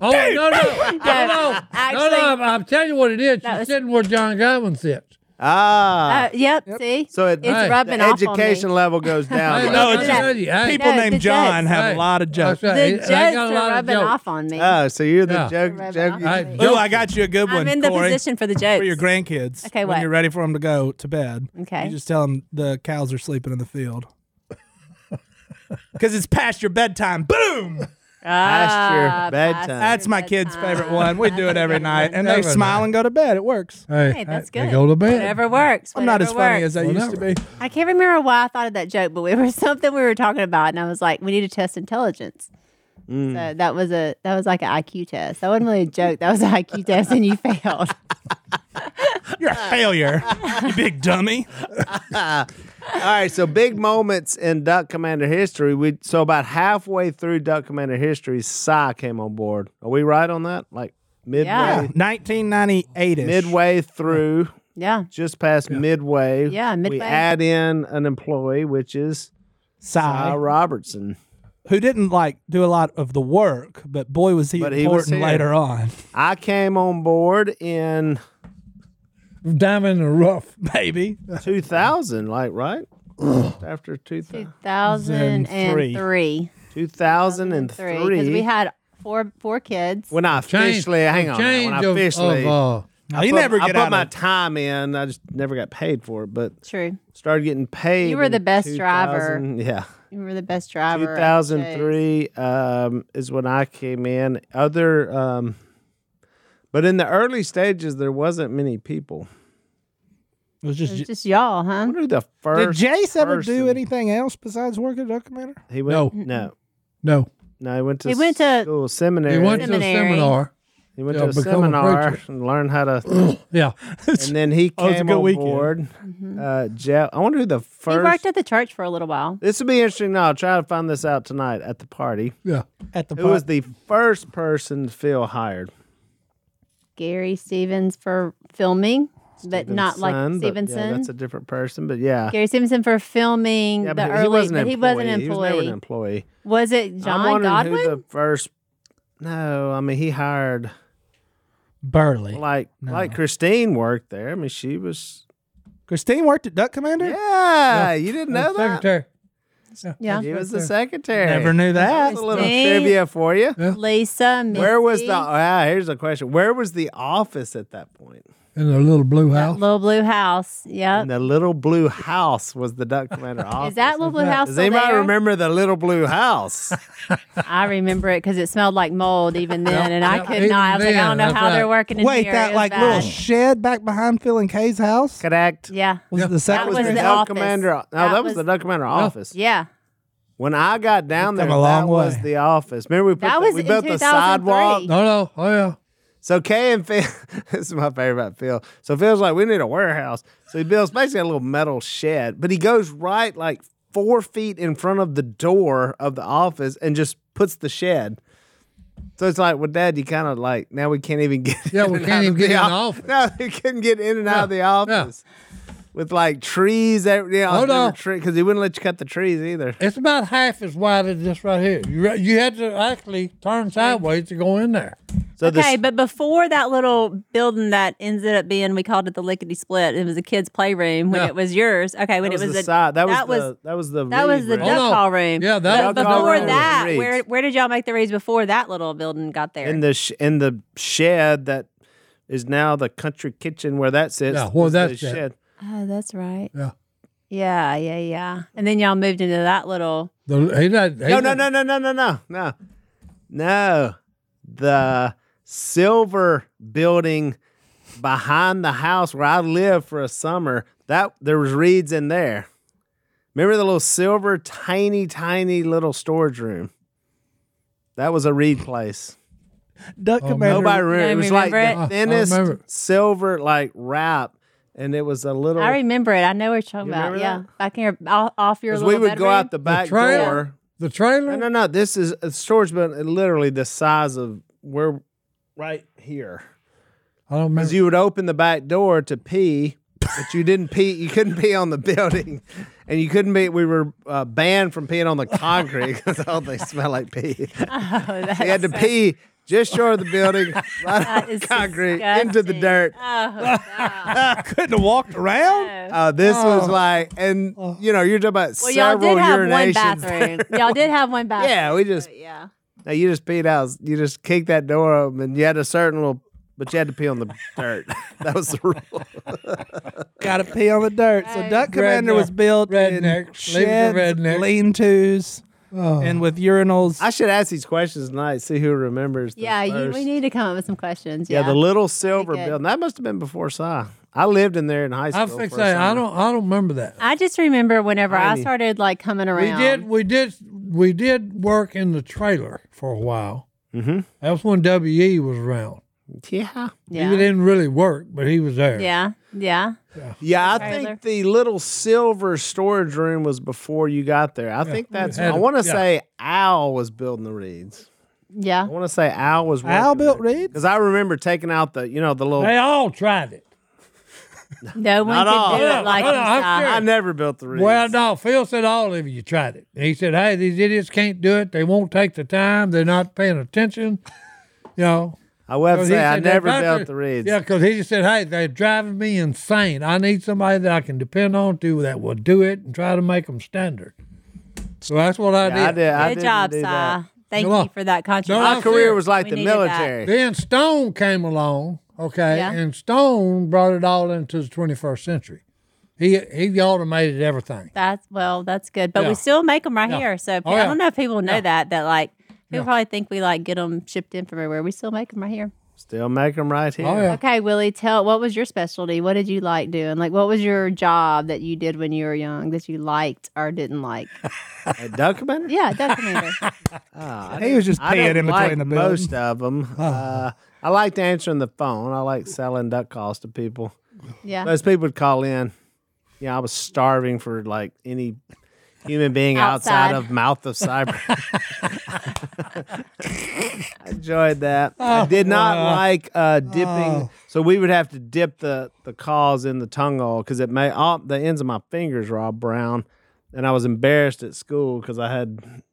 Speaker 2: oh, no, no. no, no.
Speaker 3: actually-
Speaker 2: no, no. I'm telling you what it is. She's
Speaker 3: was-
Speaker 2: sitting where John Godwin sits.
Speaker 4: ah,
Speaker 3: Uh, yep, See,
Speaker 4: so it,
Speaker 3: it's
Speaker 2: Hey.
Speaker 4: the
Speaker 3: rubbing off on me.
Speaker 4: education level goes down.
Speaker 2: Hey,
Speaker 4: like
Speaker 1: No,
Speaker 4: that.
Speaker 1: it's
Speaker 3: Yeah.
Speaker 2: telling you, hey,
Speaker 1: people
Speaker 3: No, the
Speaker 1: named John
Speaker 3: jokes.
Speaker 1: have
Speaker 2: Hey,
Speaker 1: a lot of jokes.
Speaker 2: I
Speaker 3: the
Speaker 2: say,
Speaker 3: jokes
Speaker 2: I ain't got a
Speaker 3: are
Speaker 2: lot of
Speaker 3: rubbing
Speaker 2: jokes.
Speaker 3: off on me.
Speaker 4: Oh, so you're the
Speaker 2: Yeah.
Speaker 4: joke.
Speaker 3: Rubbing
Speaker 4: joke
Speaker 3: off on me.
Speaker 4: you-
Speaker 1: Ooh,
Speaker 2: Jokes.
Speaker 1: I got you a good one,
Speaker 3: I'm in the
Speaker 1: Corey.
Speaker 3: position for the jokes.
Speaker 1: for your grandkids.
Speaker 3: Okay,
Speaker 1: When
Speaker 3: what?
Speaker 1: you're ready for them to go to bed.
Speaker 3: Okay.
Speaker 1: You just tell them the cows are sleeping in the field. Because it's past your bedtime. Boom!
Speaker 4: Past your
Speaker 3: Ah,
Speaker 4: bedtime.
Speaker 3: past
Speaker 1: That's
Speaker 3: your
Speaker 1: my kid's
Speaker 3: bedtime.
Speaker 1: favorite one. We do it every night. And they
Speaker 2: Every
Speaker 1: smile
Speaker 2: night.
Speaker 1: and go to bed. It works.
Speaker 2: Hey,
Speaker 3: Hey, that's
Speaker 2: hey,
Speaker 3: good.
Speaker 2: They go to bed.
Speaker 3: Whatever works.
Speaker 1: I'm not as
Speaker 3: whatever
Speaker 1: funny
Speaker 3: works.
Speaker 1: as I
Speaker 2: Well,
Speaker 1: used to be.
Speaker 3: I can't remember why I thought of that joke, but it was something we were talking about, and I was like, "We need to test intelligence." So that was a that was like an IQ test. That wasn't really a joke. That was an IQ test, and you failed.
Speaker 1: You're a failure, you big dummy.
Speaker 4: All right, so big moments in Duck Commander history. We so about halfway through Duck Commander history, Psy came on board. Are we right on that? Like midway,
Speaker 3: Yeah.
Speaker 1: 1998 ish.
Speaker 4: midway through,
Speaker 3: Yeah,
Speaker 4: just past midway.
Speaker 3: Yeah,
Speaker 4: We
Speaker 3: midway.
Speaker 4: add in an employee, which is Ty
Speaker 1: Sigh,
Speaker 4: Robertson.
Speaker 1: who didn't like do a lot of the work, but boy was he
Speaker 4: But he was
Speaker 1: important
Speaker 4: here.
Speaker 1: later on,
Speaker 4: I came on board in
Speaker 2: Diamond in the rough.
Speaker 1: baby.
Speaker 4: 2000, like right after 2000,
Speaker 3: two thousand and three.
Speaker 4: 2003.
Speaker 3: Because we had four four kids.
Speaker 4: when I
Speaker 2: Change-
Speaker 4: officially, hang on, now,
Speaker 2: change
Speaker 4: when I
Speaker 2: of-
Speaker 4: officially.
Speaker 2: of, uh,
Speaker 1: Now, you
Speaker 4: put-
Speaker 1: never get
Speaker 4: I put
Speaker 1: out
Speaker 4: my
Speaker 1: of
Speaker 4: time in. I just never got paid for it, but
Speaker 3: True.
Speaker 4: started getting paid.
Speaker 3: You were the
Speaker 4: in
Speaker 3: best driver.
Speaker 4: 2000 Yeah.
Speaker 3: You were the best driver. of the shows.
Speaker 4: 2003 um, is when I came in. Other, um, but in the early stages, there wasn't many people.
Speaker 1: it was
Speaker 3: It was
Speaker 1: just.
Speaker 3: just y'all,
Speaker 4: I
Speaker 3: huh?
Speaker 4: wonder who the
Speaker 1: Did
Speaker 4: first.
Speaker 1: Jace ever
Speaker 4: person-
Speaker 1: do anything else besides work at Duck Commander?
Speaker 4: He went, no. no.
Speaker 2: no.
Speaker 4: he went to
Speaker 3: He went to-
Speaker 4: school, seminary.
Speaker 2: He went to a
Speaker 3: Seminary.
Speaker 2: seminar.
Speaker 4: He went
Speaker 2: Yeah,
Speaker 4: to a Oh,
Speaker 2: become a
Speaker 4: seminar
Speaker 2: preacher.
Speaker 4: and learned how to.
Speaker 2: Yeah.
Speaker 4: and then he
Speaker 1: Oh, it's a
Speaker 4: came
Speaker 1: good
Speaker 4: on
Speaker 1: weekend.
Speaker 4: board. Uh, Jeff, I wonder who the
Speaker 3: Mm-hmm. He worked
Speaker 4: first.
Speaker 3: at the church for a little while.
Speaker 4: This will be interesting. Now I'll try to find this out tonight at the party.
Speaker 2: Yeah.
Speaker 1: At the
Speaker 4: Who was
Speaker 1: pot-
Speaker 4: the first person Phil hired?
Speaker 3: Gary Stevens for filming, but not
Speaker 4: Son,
Speaker 3: like
Speaker 4: but, yeah,
Speaker 3: Stevenson.
Speaker 4: that's a different person, but yeah.
Speaker 3: Gary Stevenson for filming
Speaker 4: Yeah,
Speaker 3: the
Speaker 4: but
Speaker 3: early,
Speaker 4: he wasn't an
Speaker 3: but
Speaker 4: employee.
Speaker 3: he was an employee.
Speaker 4: He
Speaker 3: was,
Speaker 4: was never an
Speaker 3: it
Speaker 4: employee. I'm
Speaker 3: John
Speaker 4: wondering
Speaker 3: Godwin?
Speaker 4: who the first. No, I mean he hired
Speaker 1: Burley.
Speaker 4: like like Christine worked there. I mean she was.
Speaker 1: Christine worked at Duck Commander?
Speaker 4: Yeah, you didn't know that.
Speaker 2: Secretary.
Speaker 3: yeah,
Speaker 4: He was the secretary.
Speaker 1: Never knew that.
Speaker 4: That's a little
Speaker 3: Christine.
Speaker 4: trivia for you.
Speaker 3: Lisa.
Speaker 4: Where was the?
Speaker 3: Missy,
Speaker 4: Ah, here's a question. Where was the office at that point?
Speaker 2: In the little blue
Speaker 3: that
Speaker 2: house.
Speaker 3: Little Blue House?
Speaker 4: And
Speaker 3: Yep.
Speaker 4: the little blue house was the duck commander office.
Speaker 3: Is that Little Blue House?
Speaker 4: Does
Speaker 3: still
Speaker 4: anybody
Speaker 3: there?
Speaker 4: remember the little blue house?
Speaker 3: I remember it because it smelled like mold even then, and I
Speaker 2: Yep.
Speaker 3: could not. I was like, I
Speaker 2: Even
Speaker 3: don't know
Speaker 2: then,
Speaker 3: how
Speaker 2: that's
Speaker 3: they're
Speaker 2: right.
Speaker 3: working in
Speaker 1: Wait,
Speaker 3: here. It
Speaker 1: that
Speaker 3: was
Speaker 1: like
Speaker 3: bad.
Speaker 1: little shed back behind Phil and Kay's house
Speaker 4: Correct.
Speaker 3: yeah,
Speaker 1: was
Speaker 2: Yeah.
Speaker 1: the
Speaker 4: That
Speaker 1: secretary.
Speaker 4: was
Speaker 3: was
Speaker 4: the
Speaker 3: the
Speaker 4: duck
Speaker 3: office.
Speaker 4: commander. No, that,
Speaker 3: That
Speaker 4: was, the
Speaker 3: was-
Speaker 4: duck commander office.
Speaker 3: yeah.
Speaker 4: When I got down
Speaker 1: We've
Speaker 4: there,
Speaker 1: come a long
Speaker 4: that was
Speaker 1: way.
Speaker 4: the office. Remember we put
Speaker 3: That
Speaker 4: the-
Speaker 3: was
Speaker 4: we
Speaker 3: in
Speaker 4: built the sidewalk.
Speaker 3: 2003.
Speaker 2: No, no. Oh, yeah.
Speaker 4: So Kay and Phil, this is my favorite about Phil. So Phil's like, we need a warehouse. So he builds basically a little metal shed, but he goes right like four feet in front of the door of the office and just puts the shed. So it's like, well, Dad, you kind of like now we can't even get
Speaker 2: Yeah,
Speaker 4: in
Speaker 2: we
Speaker 4: and
Speaker 2: can't
Speaker 4: out
Speaker 2: even
Speaker 4: of
Speaker 2: get in the
Speaker 4: off-
Speaker 2: office.
Speaker 4: No, we couldn't get in and out of the
Speaker 2: yeah.
Speaker 4: office with like trees. Every, you know,
Speaker 2: Hold on.
Speaker 4: because he wouldn't let you cut the trees either.
Speaker 2: It's about half as wide as this right here. You, re- you had to actually turn sideways to go in there.
Speaker 4: So
Speaker 3: Okay,
Speaker 4: this,
Speaker 3: but before that little building that ended up being, we called it the Lickety Split. It was a kid's playroom when
Speaker 2: Yeah.
Speaker 3: it was yours. Okay, when it
Speaker 4: that was
Speaker 3: was
Speaker 4: the
Speaker 3: a,
Speaker 4: side. That was
Speaker 3: that
Speaker 4: the that was the
Speaker 3: That was the
Speaker 4: reed
Speaker 2: Hold
Speaker 3: duck
Speaker 4: room.
Speaker 2: on.
Speaker 3: call room.
Speaker 2: Yeah, that
Speaker 3: But
Speaker 4: Duck call
Speaker 3: before
Speaker 4: room was
Speaker 3: that,
Speaker 4: rigged.
Speaker 3: where where did y'all make the reeds before that little building got there?
Speaker 4: in the sh- in the shed that is now the country kitchen where that sits.
Speaker 2: Yeah, where
Speaker 4: was the
Speaker 2: that's at.
Speaker 3: oh, that's right.
Speaker 2: Yeah.
Speaker 3: Yeah, yeah, yeah. And then y'all moved into that little.
Speaker 2: The, he not, he
Speaker 4: No, no,
Speaker 2: not-
Speaker 4: no, no, no, no, no, no, no. The silver building behind the house where I lived for a summer. That there was reeds in there. Remember the little silver, tiny, tiny little storage room. That was a reed place.
Speaker 1: Duck Commander.
Speaker 4: Nobody remember. It was like
Speaker 3: remember
Speaker 2: it?
Speaker 4: the
Speaker 2: I don't
Speaker 4: thinnest
Speaker 2: remember.
Speaker 4: silver like wrap. and it was a little.
Speaker 3: I remember it. I know what you're talking
Speaker 4: You
Speaker 3: about.
Speaker 4: remember
Speaker 3: Yeah,
Speaker 4: that?
Speaker 3: back here off, off your
Speaker 4: 'cause
Speaker 3: little
Speaker 4: we would go
Speaker 3: bedroom.
Speaker 4: out the back
Speaker 2: trailer?
Speaker 4: door.
Speaker 2: The trailer?
Speaker 4: No, no, no. This is a storage bin, literally the size of where right here.
Speaker 2: I don't remember.
Speaker 4: Because you would open the back door to pee, but you didn't pee. You couldn't pee on the building, and you couldn't be. We were uh, banned from peeing on the concrete because all they smell like pee.
Speaker 3: Oh, that's,
Speaker 4: We had to pee just short of the building, right
Speaker 3: that
Speaker 4: on
Speaker 3: is
Speaker 4: the concrete,
Speaker 3: disgusting.
Speaker 4: into the dirt.
Speaker 3: Oh, God.
Speaker 1: Couldn't have walked around.
Speaker 3: No.
Speaker 4: Uh, this was like, and you know, you're talking about
Speaker 3: well, y'all
Speaker 4: several
Speaker 3: did have one
Speaker 4: urinations.
Speaker 3: bathroom. y'all did have one bathroom.
Speaker 4: Yeah, we just
Speaker 3: but yeah.
Speaker 4: no, you just peed out. You just kicked that door open, and you had a certain little, but you had to pee on the dirt. that was the rule.
Speaker 1: Got to pee on the dirt. So
Speaker 3: Right.
Speaker 1: Duck Commander
Speaker 2: Redneck-
Speaker 1: was built
Speaker 2: redneck.
Speaker 1: in
Speaker 2: Leave it to
Speaker 1: sheds,
Speaker 2: redneck.
Speaker 1: lean-tos, and with urinals.
Speaker 4: I should ask these questions tonight. See who remembers. The
Speaker 3: Yeah, you, we
Speaker 4: first.
Speaker 3: need to come up with some questions.
Speaker 4: Yeah,
Speaker 3: Yeah,
Speaker 4: the little silver
Speaker 3: good.
Speaker 4: building. That must have been before Si. I lived in there in high
Speaker 2: I
Speaker 4: school.
Speaker 2: fix
Speaker 4: for a
Speaker 2: that. I
Speaker 4: summer.
Speaker 2: don't. I don't remember that.
Speaker 3: I just remember whenever I
Speaker 4: Tiny.
Speaker 3: started like coming
Speaker 2: We
Speaker 3: around.
Speaker 2: did. We did. We did work in the trailer for a while.
Speaker 4: Mhm.
Speaker 2: That was when WE was around.
Speaker 4: Yeah.
Speaker 2: He
Speaker 3: Yeah.
Speaker 2: didn't really work, but he was there.
Speaker 3: Yeah. Yeah.
Speaker 4: Yeah, I
Speaker 3: Trailer.
Speaker 4: think the little silver storage room was before you got there. I think that's.
Speaker 2: Had
Speaker 4: I
Speaker 2: it,
Speaker 4: want to
Speaker 2: yeah.
Speaker 4: say Al was building the reeds. I
Speaker 3: Yeah.
Speaker 4: want to say Al was.
Speaker 1: Al built reeds.
Speaker 4: because I remember taking out the you know the little.
Speaker 2: They all tried it.
Speaker 3: No one
Speaker 4: Not
Speaker 3: could
Speaker 4: all.
Speaker 3: do
Speaker 4: Yeah,
Speaker 3: it like
Speaker 2: well, I'm
Speaker 3: you.
Speaker 4: I
Speaker 2: sure.
Speaker 4: never built the reeds.
Speaker 2: Well, no, Phil said all of you tried it. He said, "Hey, these idiots can't do it. They won't take the time. They're not paying attention." You know.
Speaker 4: I will have to
Speaker 2: 'Cause he
Speaker 4: say I
Speaker 2: said they
Speaker 4: never
Speaker 2: tried
Speaker 4: built
Speaker 2: to-
Speaker 4: the reeds.
Speaker 2: Yeah, because he just said, "Hey, they're driving me insane. I need somebody that I can depend on to that will do it and try to make them standard." So that's what I
Speaker 4: Yeah, I
Speaker 2: did.
Speaker 4: did.
Speaker 3: Good
Speaker 4: I didn't
Speaker 3: job,
Speaker 4: do
Speaker 3: Si.
Speaker 4: that.
Speaker 3: Thank
Speaker 2: Come on.
Speaker 3: you for that contribution.
Speaker 2: No,
Speaker 4: My
Speaker 2: I'm
Speaker 4: career
Speaker 2: serious.
Speaker 4: was like
Speaker 3: We
Speaker 4: the
Speaker 3: needed that.
Speaker 4: military.
Speaker 2: Then Stone came along, okay,
Speaker 3: Yeah.
Speaker 2: and Stone brought it all into the 21st century. He he automated everything.
Speaker 3: That's well, that's good. But
Speaker 2: Yeah.
Speaker 3: we still make them right
Speaker 2: Yeah.
Speaker 3: here. So
Speaker 2: Oh,
Speaker 3: I
Speaker 2: yeah.
Speaker 3: don't know if people know
Speaker 2: Yeah.
Speaker 3: that that like people
Speaker 2: Yeah.
Speaker 3: probably think we like get them shipped in from everywhere. We still make them right here.
Speaker 4: Still make them right here.
Speaker 2: Oh yeah.
Speaker 3: Okay, Willie, tell what was your specialty? What did you like doing? Like, what was your job that you did when you were young that you liked or didn't like?
Speaker 4: At Duck Commander?
Speaker 3: yeah, definitely.
Speaker 4: Ah, I
Speaker 1: He was just
Speaker 4: I
Speaker 1: peeing in
Speaker 4: don't like
Speaker 1: between the buildings.
Speaker 4: most of them. Uh, I liked answering the phone. I liked selling duck calls to people.
Speaker 3: Yeah,
Speaker 4: Most people would call in. Yeah, I was starving for like any human being outside,
Speaker 3: Outside.
Speaker 4: of mouth of cyber. I enjoyed that.
Speaker 2: Oh,
Speaker 4: I did not like uh, dipping. So we would have to dip the the calls in the tongue oil because it may all the ends of my fingers were all brown, and I was embarrassed at school because I had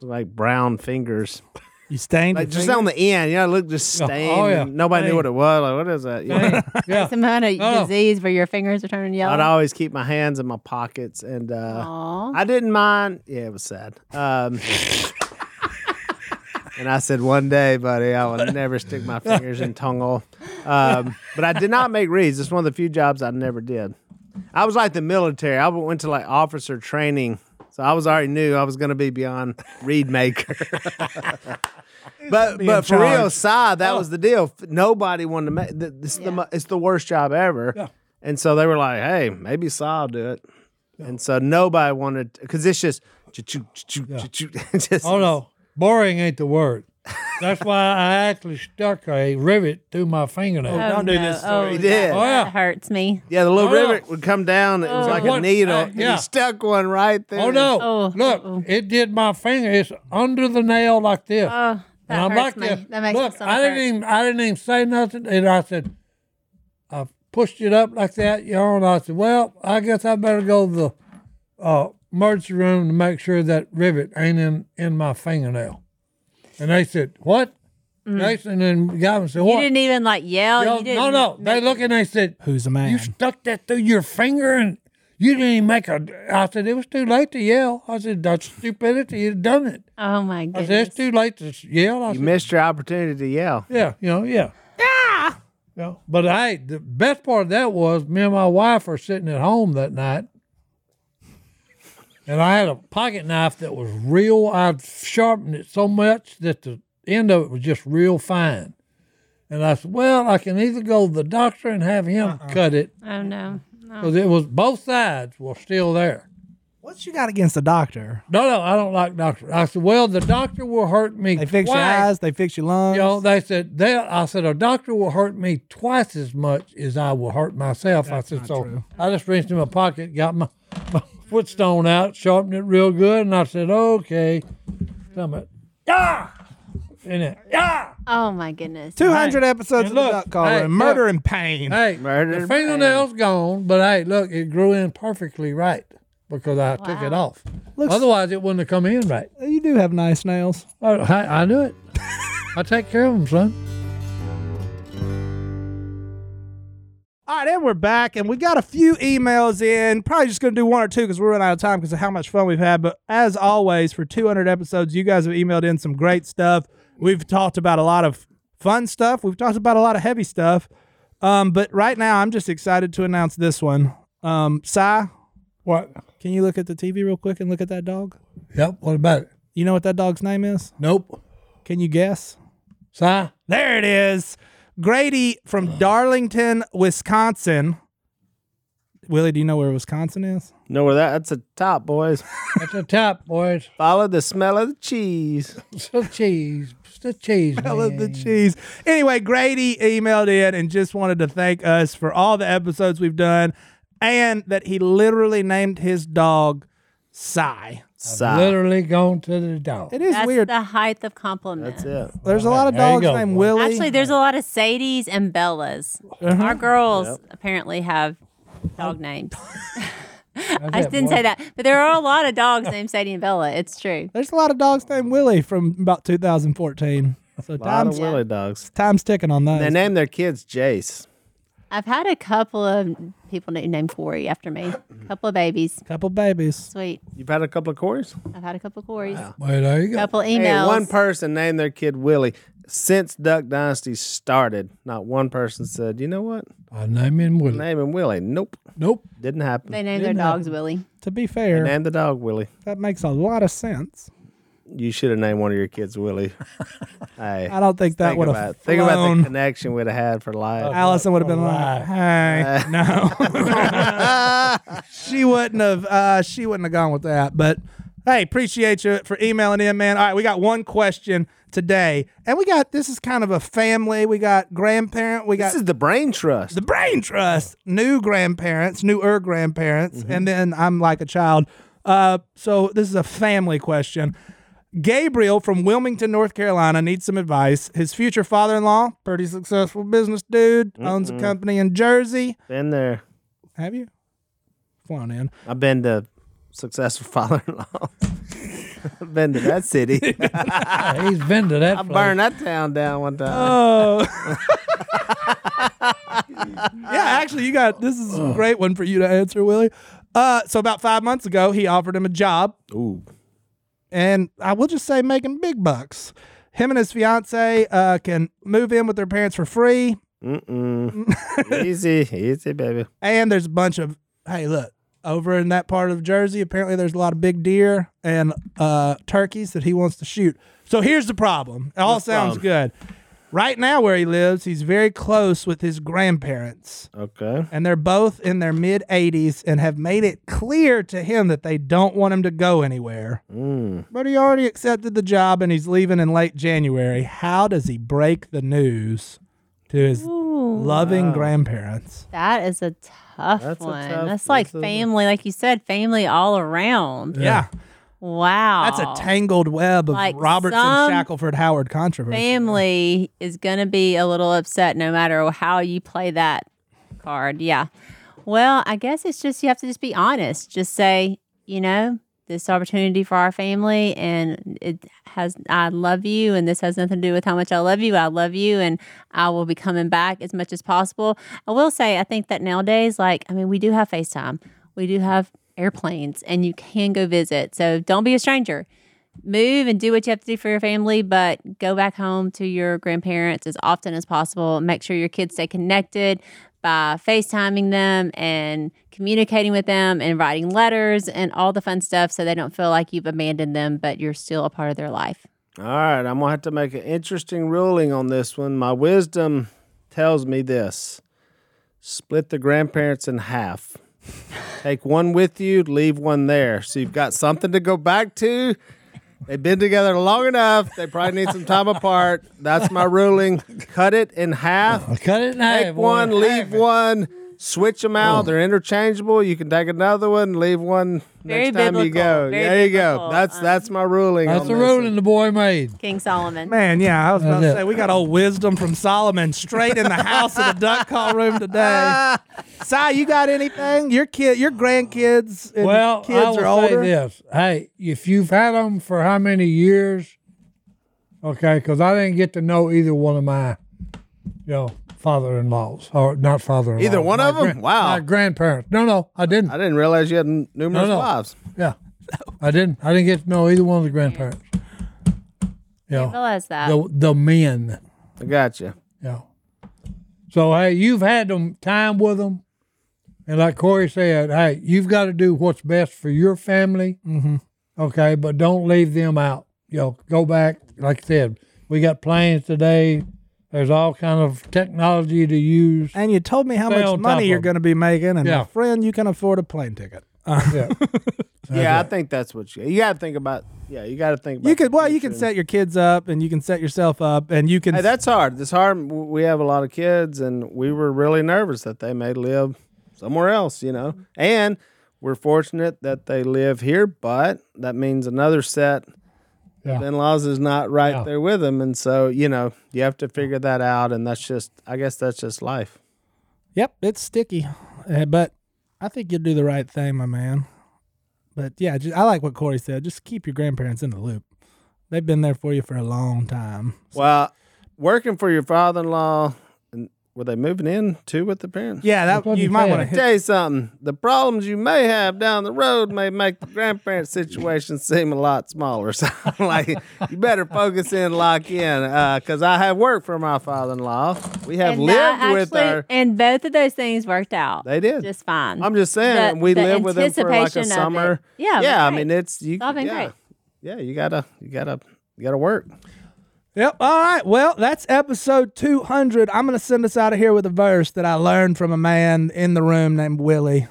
Speaker 4: like brown fingers.
Speaker 1: You stained
Speaker 4: Like
Speaker 1: it.
Speaker 4: just on the end, you know, look just
Speaker 2: Oh,
Speaker 4: stained.
Speaker 2: yeah.
Speaker 4: and Nobody knew what it was. Like, what is that? You know?
Speaker 2: yeah.
Speaker 3: some kind of
Speaker 2: Oh.
Speaker 3: disease where your fingers are turning
Speaker 4: I'd
Speaker 3: yellow.
Speaker 4: always keep my hands in my pockets, and uh,
Speaker 3: Aw.
Speaker 4: I didn't mind. Yeah, it was sad. Um, and I said, one day, buddy, I will never stick my fingers in tongue hole. Um, but I did not make reeds. It's one of the few jobs I never did. I was like the military. I went to like officer training. So I was already knew I was going to be beyond reed maker. but
Speaker 1: be in
Speaker 4: but for real,
Speaker 1: charge. Oh.
Speaker 4: side, that was the deal. F- Nobody wanted to make this. The, mo- it's the worst job ever.
Speaker 2: Yeah.
Speaker 4: And so they were like, "Hey, maybe Saw'll do it." And so nobody wanted because it's just, choo-choo, choo-choo, choo-choo, just
Speaker 2: Oh no, boring ain't the word. That's why I actually stuck a rivet through my fingernail.
Speaker 1: don't do
Speaker 3: no.
Speaker 1: this story.
Speaker 3: Oh,
Speaker 4: He did.
Speaker 3: That,
Speaker 2: Oh, yeah.
Speaker 3: that hurts me.
Speaker 4: yeah, the little
Speaker 2: Oh, no.
Speaker 4: rivet would come down. It was
Speaker 3: Oh.
Speaker 4: like a
Speaker 2: What-
Speaker 4: needle.
Speaker 2: uh,
Speaker 4: and
Speaker 2: yeah.
Speaker 4: he stuck one right there.
Speaker 2: Oh no!
Speaker 3: Oh,
Speaker 2: Look,
Speaker 3: uh-oh.
Speaker 2: it did my finger. It's under the nail like this.
Speaker 3: Oh, that
Speaker 2: and I'm like
Speaker 3: hurts me.
Speaker 2: this.
Speaker 3: That makes me
Speaker 2: Look,
Speaker 3: so
Speaker 2: I didn't
Speaker 3: hurt.
Speaker 2: even I didn't even say nothing, and I said, I pushed it up like that, you know, and I said, well, I guess I better go to the uh, emergency room to make sure that rivet ain't in in my fingernail. And they said, what? Jason and the guy said,
Speaker 3: Mm. You
Speaker 2: what?
Speaker 3: didn't even like yell.
Speaker 2: Yo,
Speaker 3: you didn't
Speaker 2: no, no. They look and they said,
Speaker 1: Who's a man?
Speaker 2: you stuck that through your finger and you didn't even make a. I said, it was too late to yell. I said, that's stupidity. You've done it.
Speaker 3: Oh my
Speaker 2: I said,
Speaker 3: goodness.
Speaker 2: it's too late to yell. I
Speaker 4: You
Speaker 2: said,
Speaker 4: missed your opportunity to yell.
Speaker 2: yeah, you know, yeah. Yeah. But I, the best part of that was me and my wife were sitting at home that night. And I had a pocket knife that was real. I sharpened it so much that the end of it was just real fine. And I said, well, I can either go to the doctor and have him cut it
Speaker 3: Oh no.
Speaker 2: because it was both sides were still there.
Speaker 1: What you got against the doctor?
Speaker 2: No, no, I don't like doctor. I said, well, the doctor will hurt me.
Speaker 1: They fix your
Speaker 2: twice.
Speaker 1: eyes, they fix your lungs.
Speaker 2: You know, they said that. I said a doctor will hurt me twice as much as I will hurt myself. I said so. I just reached in my pocket, got my, my footstone out, sharpened it real good, and I said, okay. Come it. Ah! In it. Ah!
Speaker 3: Oh my goodness.
Speaker 1: 200 episodes
Speaker 2: And
Speaker 1: of
Speaker 2: look,
Speaker 1: the Duck Call
Speaker 2: hey,
Speaker 1: Room. Murder
Speaker 2: look.
Speaker 1: and pain.
Speaker 2: Hey,
Speaker 4: Murder
Speaker 2: the fingernail's gone, but hey, look, it grew in perfectly right because I took it off.
Speaker 1: Looks-
Speaker 2: Otherwise, it wouldn't have come in right.
Speaker 1: You do have nice nails.
Speaker 2: I, I, I knew it. I take care of them, son.
Speaker 1: All right, and we're back, and we got a few emails in. Probably just going to do one or two because we're running out of time because of how much fun we've had. But as always, for 200 episodes, you guys have emailed in some great stuff. We've talked about a lot of fun stuff. We've talked about a lot of heavy stuff. Um, but right now, I'm just excited to announce this one. Um, Cy,
Speaker 2: What?
Speaker 1: can you look at the TV real quick and look at that dog?
Speaker 2: Yep. What about it?
Speaker 1: You know what that dog's name is?
Speaker 2: Nope.
Speaker 1: Can you guess?
Speaker 2: Si?
Speaker 1: There it is. Grady from Darlington, Wisconsin. Willie, do you know where Wisconsin is?
Speaker 4: Know where that? That's a top, boys.
Speaker 2: That's the top, boys.
Speaker 4: Follow the smell of the cheese.
Speaker 2: It's the cheese. It's the cheese.
Speaker 1: I love the
Speaker 2: man.
Speaker 1: cheese. Anyway, Grady emailed in and just wanted to thank us for all the episodes we've done and that he literally named his dog Cy.
Speaker 4: Sigh.
Speaker 2: Literally gone to the dog.
Speaker 1: It is
Speaker 3: That's
Speaker 1: weird.
Speaker 3: the height of compliment.
Speaker 4: That's it.
Speaker 1: There's a lot of
Speaker 2: There you
Speaker 1: dogs
Speaker 2: go,
Speaker 1: named
Speaker 2: boy.
Speaker 1: Willie.
Speaker 3: Actually, there's a lot of Sadies and Bellas.
Speaker 2: Uh-huh.
Speaker 3: Our girls apparently have dog names. I
Speaker 2: it,
Speaker 3: didn't
Speaker 2: boy.
Speaker 3: say that, but there are a lot of dogs named Sadie and Bella. It's true.
Speaker 1: there's a lot of dogs named Willie from about 2014. So
Speaker 4: A lot of
Speaker 1: time's,
Speaker 4: willy dogs.
Speaker 1: time's ticking on
Speaker 4: They
Speaker 1: those.
Speaker 4: name their kids Jace.
Speaker 3: I've had a couple of people na- named Corey after me. A couple of babies.
Speaker 1: Couple babies.
Speaker 3: Sweet.
Speaker 4: You've had a couple of Corys?
Speaker 3: I've had a couple of Corys.
Speaker 2: Well, there you go.
Speaker 3: couple emails.
Speaker 4: Hey, one person named their kid Willie. Since Duck Dynasty started, not one person said, you know what?
Speaker 2: I name him Willie.
Speaker 4: Name him Willie. Nope.
Speaker 2: Nope.
Speaker 4: Didn't happen.
Speaker 3: they named their dogs Willie.
Speaker 1: To be fair,
Speaker 4: Name the dog Willie.
Speaker 1: that makes a lot of sense.
Speaker 4: You should have named one of your kids Willie. hey,
Speaker 1: I don't think that
Speaker 4: think
Speaker 1: would
Speaker 4: about,
Speaker 1: have
Speaker 4: it. think about
Speaker 1: flown.
Speaker 4: the connection we'd have had for life.
Speaker 1: Allison would have been like,
Speaker 2: Alive.
Speaker 1: "Hey, no." she wouldn't have. Uh, she wouldn't have gone with that. But hey, appreciate you for emailing in, man. All right, we got one question today, and we got this is kind of a family. We got grandparent. We got
Speaker 4: This is the brain trust.
Speaker 1: the brain trust, new grandparents, newer grandparents, and then I'm like a child. Uh, so this is a family question. Gabriel from Wilmington, North Carolina needs some advice. His future father in law, pretty successful business dude, owns a company in Jersey.
Speaker 4: been there.
Speaker 1: Have you? Flown in.
Speaker 4: I've been to successful father-in-law. I've been to that city.
Speaker 2: Hey, he's been to that.
Speaker 4: I
Speaker 2: place.
Speaker 4: burned that town down one time.
Speaker 1: Oh. yeah, actually, you got this is a great one for you to answer, Willie. Uh, so about five months ago, he offered him a job
Speaker 4: Ooh.
Speaker 1: and I will just say making big bucks. Him and his fiance uh, can move in with their parents for free,
Speaker 4: Mm-mm. easy, easy, baby.
Speaker 1: and there's a bunch of hey, look over in that part of Jersey. Apparently, there's a lot of big deer and uh, turkeys that he wants to shoot. So here's the problem. It all sounds good. Right now, where he lives, he's very close with his grandparents.
Speaker 4: Okay.
Speaker 1: and they're both in their mid 80s and have made it clear to him that they don't want him to go anywhere.
Speaker 2: Mm.
Speaker 1: But he already accepted the job and he's leaving in late January. How does he break the news to his loving grandparents?
Speaker 3: That is a tough
Speaker 4: That's a
Speaker 3: one.
Speaker 4: tough-
Speaker 3: that's like
Speaker 4: that's a-
Speaker 3: family, like you said, family all around.
Speaker 1: Yeah.
Speaker 3: Wow.
Speaker 1: That's a tangled web of
Speaker 3: Like
Speaker 1: Robertson
Speaker 3: some
Speaker 1: Shackelford Howard controversy.
Speaker 3: family is going to be a little upset no matter how you play that card. Yeah. Well, I guess it's just you have to just be honest. Just say, you know, this opportunity for our family and it has I love you and this has nothing to do with how much I love you. I love you and I will be coming back as much as possible. I will say I think that nowadays like I mean we do have FaceTime. We do have airplanes and you can go visit. So don't be a stranger move and do what you have to do for your family, but go back home to your grandparents as often as possible. Make sure your kids stay connected by FaceTiming them and communicating with them and writing letters and all the fun stuff so they don't feel like you've abandoned them, but you're still a part of their life.
Speaker 4: All right, I'm gonna have to make an interesting ruling on this one. My wisdom tells me this: split the grandparents in half. Take one with you, leave one there. So you've got something to go back to. They've been together long enough. They probably need some time apart. That's my ruling. Cut it in half.
Speaker 2: Cut it in half.
Speaker 4: Take
Speaker 2: boy.
Speaker 4: one, leave
Speaker 2: Half it.
Speaker 4: one, switch them out. They're interchangeable. You can take another one, leave one
Speaker 3: Very
Speaker 4: next time you
Speaker 3: biblical,
Speaker 4: go.
Speaker 3: very
Speaker 4: there you
Speaker 3: biblical.
Speaker 4: go. That's
Speaker 3: Um,
Speaker 4: that's my ruling.
Speaker 2: That's
Speaker 4: on
Speaker 2: the
Speaker 4: this
Speaker 2: ruling the boy made.
Speaker 3: King Solomon.
Speaker 1: Man, yeah, I was about to
Speaker 2: That's it.
Speaker 1: say we got old wisdom from Solomon straight in the house of the duck call room today. Si, you got anything? Your kid, your grandkids, and
Speaker 2: Well,
Speaker 1: kids
Speaker 2: I will
Speaker 1: are older.
Speaker 2: say this: Hey, if you've had them for how many years? Okay, because I didn't get to know either one of my, you know, father-in-laws or not father-in-law.
Speaker 4: Either one
Speaker 2: my
Speaker 4: of 'em? Wow.
Speaker 2: my grandparents. No, no, I didn't.
Speaker 4: I didn't realize you had n- numerous
Speaker 2: No, no.
Speaker 4: wives.
Speaker 2: yeah, I didn't. I didn't get to know either one of the grandparents.
Speaker 3: I
Speaker 2: Yeah,
Speaker 3: realize that.
Speaker 2: the the men.
Speaker 4: I gotcha.
Speaker 2: Yeah. So hey, you've had them time with them, and like Corey said, hey, you've got to do what's best for your family. Mm-hmm. Okay, but don't leave them out. You know, go back. Like I said, we got planes today. There's all kind of technology to use.
Speaker 1: and you told me how
Speaker 2: Stay
Speaker 1: much
Speaker 2: on top
Speaker 1: money
Speaker 2: of
Speaker 1: you're
Speaker 2: them.
Speaker 1: going to be making, and
Speaker 2: Yeah.
Speaker 1: my friend, you can afford a plane ticket.
Speaker 2: Yeah.
Speaker 4: Yeah, I think that's what you, you got to think about. Yeah, you got to think about.
Speaker 1: You could,
Speaker 4: the
Speaker 1: well, you can
Speaker 4: future.
Speaker 1: set your kids up, and you can set yourself up, and you can.
Speaker 4: Hey, that's hard. It's hard. W- We have a lot of kids, and we were really nervous that they may live somewhere else, you know. And we're fortunate that they live here, but that means another set
Speaker 2: Yeah.
Speaker 4: of in laws is not right
Speaker 2: Yeah.
Speaker 4: there with them. And so, you know, you have to figure that out. And that's just, I guess that's just life.
Speaker 1: yep, it's sticky, Uh, but I think you'll do the right thing, my man. But yeah, just, I like what Corey said. Just keep your grandparents in the loop. They've been there for you for a long time.
Speaker 4: Well, working for your father in law, were they moving in too with the parents?
Speaker 1: Yeah, that
Speaker 2: what
Speaker 1: you
Speaker 2: I'm
Speaker 1: might
Speaker 2: saying.
Speaker 1: want to hit.
Speaker 4: Tell you something. The problems you may have down the road may make the grandparent situation seem a lot smaller. So, like, you better focus in, lock in, because I have worked for my father-in-law. We have
Speaker 3: and
Speaker 4: lived
Speaker 3: that
Speaker 4: with
Speaker 3: actually-
Speaker 4: our.
Speaker 3: And both of those things worked out.
Speaker 4: They did.
Speaker 3: Just fine.
Speaker 4: I'm just saying,
Speaker 3: the-
Speaker 4: we
Speaker 3: the
Speaker 4: lived with them for like
Speaker 3: anticipation
Speaker 4: a
Speaker 3: of it.
Speaker 4: summer.
Speaker 3: Yeah, it was
Speaker 4: yeah. I
Speaker 3: great.
Speaker 4: mean, it's you.
Speaker 3: It's all been
Speaker 4: yeah,
Speaker 3: great.
Speaker 4: yeah. You gotta, you gotta, you gotta work.
Speaker 1: Yep. All right. Well, that's episode 200. I'm going to send us out of here with a verse that I learned from a man in the room named Willie.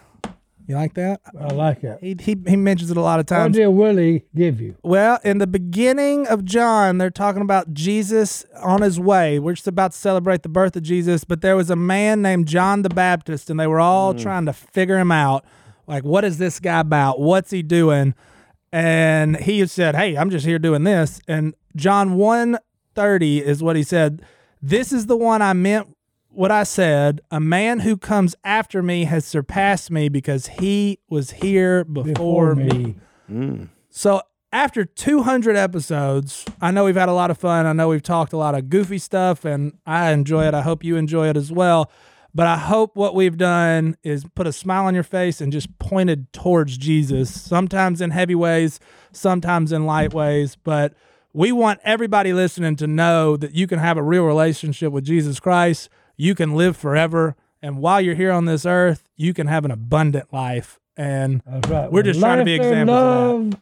Speaker 1: You like that?
Speaker 2: I like it.
Speaker 1: He, he, he mentions it a lot of
Speaker 2: What
Speaker 1: times.
Speaker 2: did Willie give you?
Speaker 1: Well, in the beginning of John, they're talking about Jesus on his way. We're just about to celebrate the birth of Jesus, but there was a man named John the Baptist, and they were all trying to figure him out. Like, what is this guy about? What's he doing? And he said, Hey, I'm just here doing this. And John 130 is what he said. This is the one I meant what I said. A man who comes after me has surpassed me because he was here before, me. So after 200 episodes, I know we've had a lot of fun. I know we've talked a lot of goofy stuff, and I enjoy it. I hope you enjoy it as well. But I hope what we've done is put a smile on your face and just pointed towards Jesus, sometimes in heavy ways, sometimes in light ways. But we want everybody listening to know that you can have a real relationship with Jesus Christ. You can live forever. And while you're here on this earth, you can have an abundant life. And
Speaker 2: That's right.
Speaker 1: We're just trying to be
Speaker 2: Laughter,
Speaker 1: examples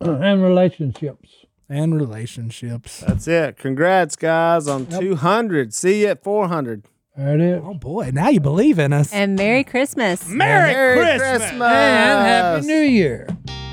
Speaker 1: of
Speaker 2: love, and relationships.
Speaker 1: and relationships.
Speaker 4: That's it. Congrats, guys, on 200. See you at 400.
Speaker 2: There it is.
Speaker 1: Oh boy, now you believe in us.
Speaker 3: and Merry Christmas.
Speaker 1: Merry,
Speaker 4: Merry
Speaker 1: Christmas.
Speaker 4: Christmas.
Speaker 2: And Happy New Year.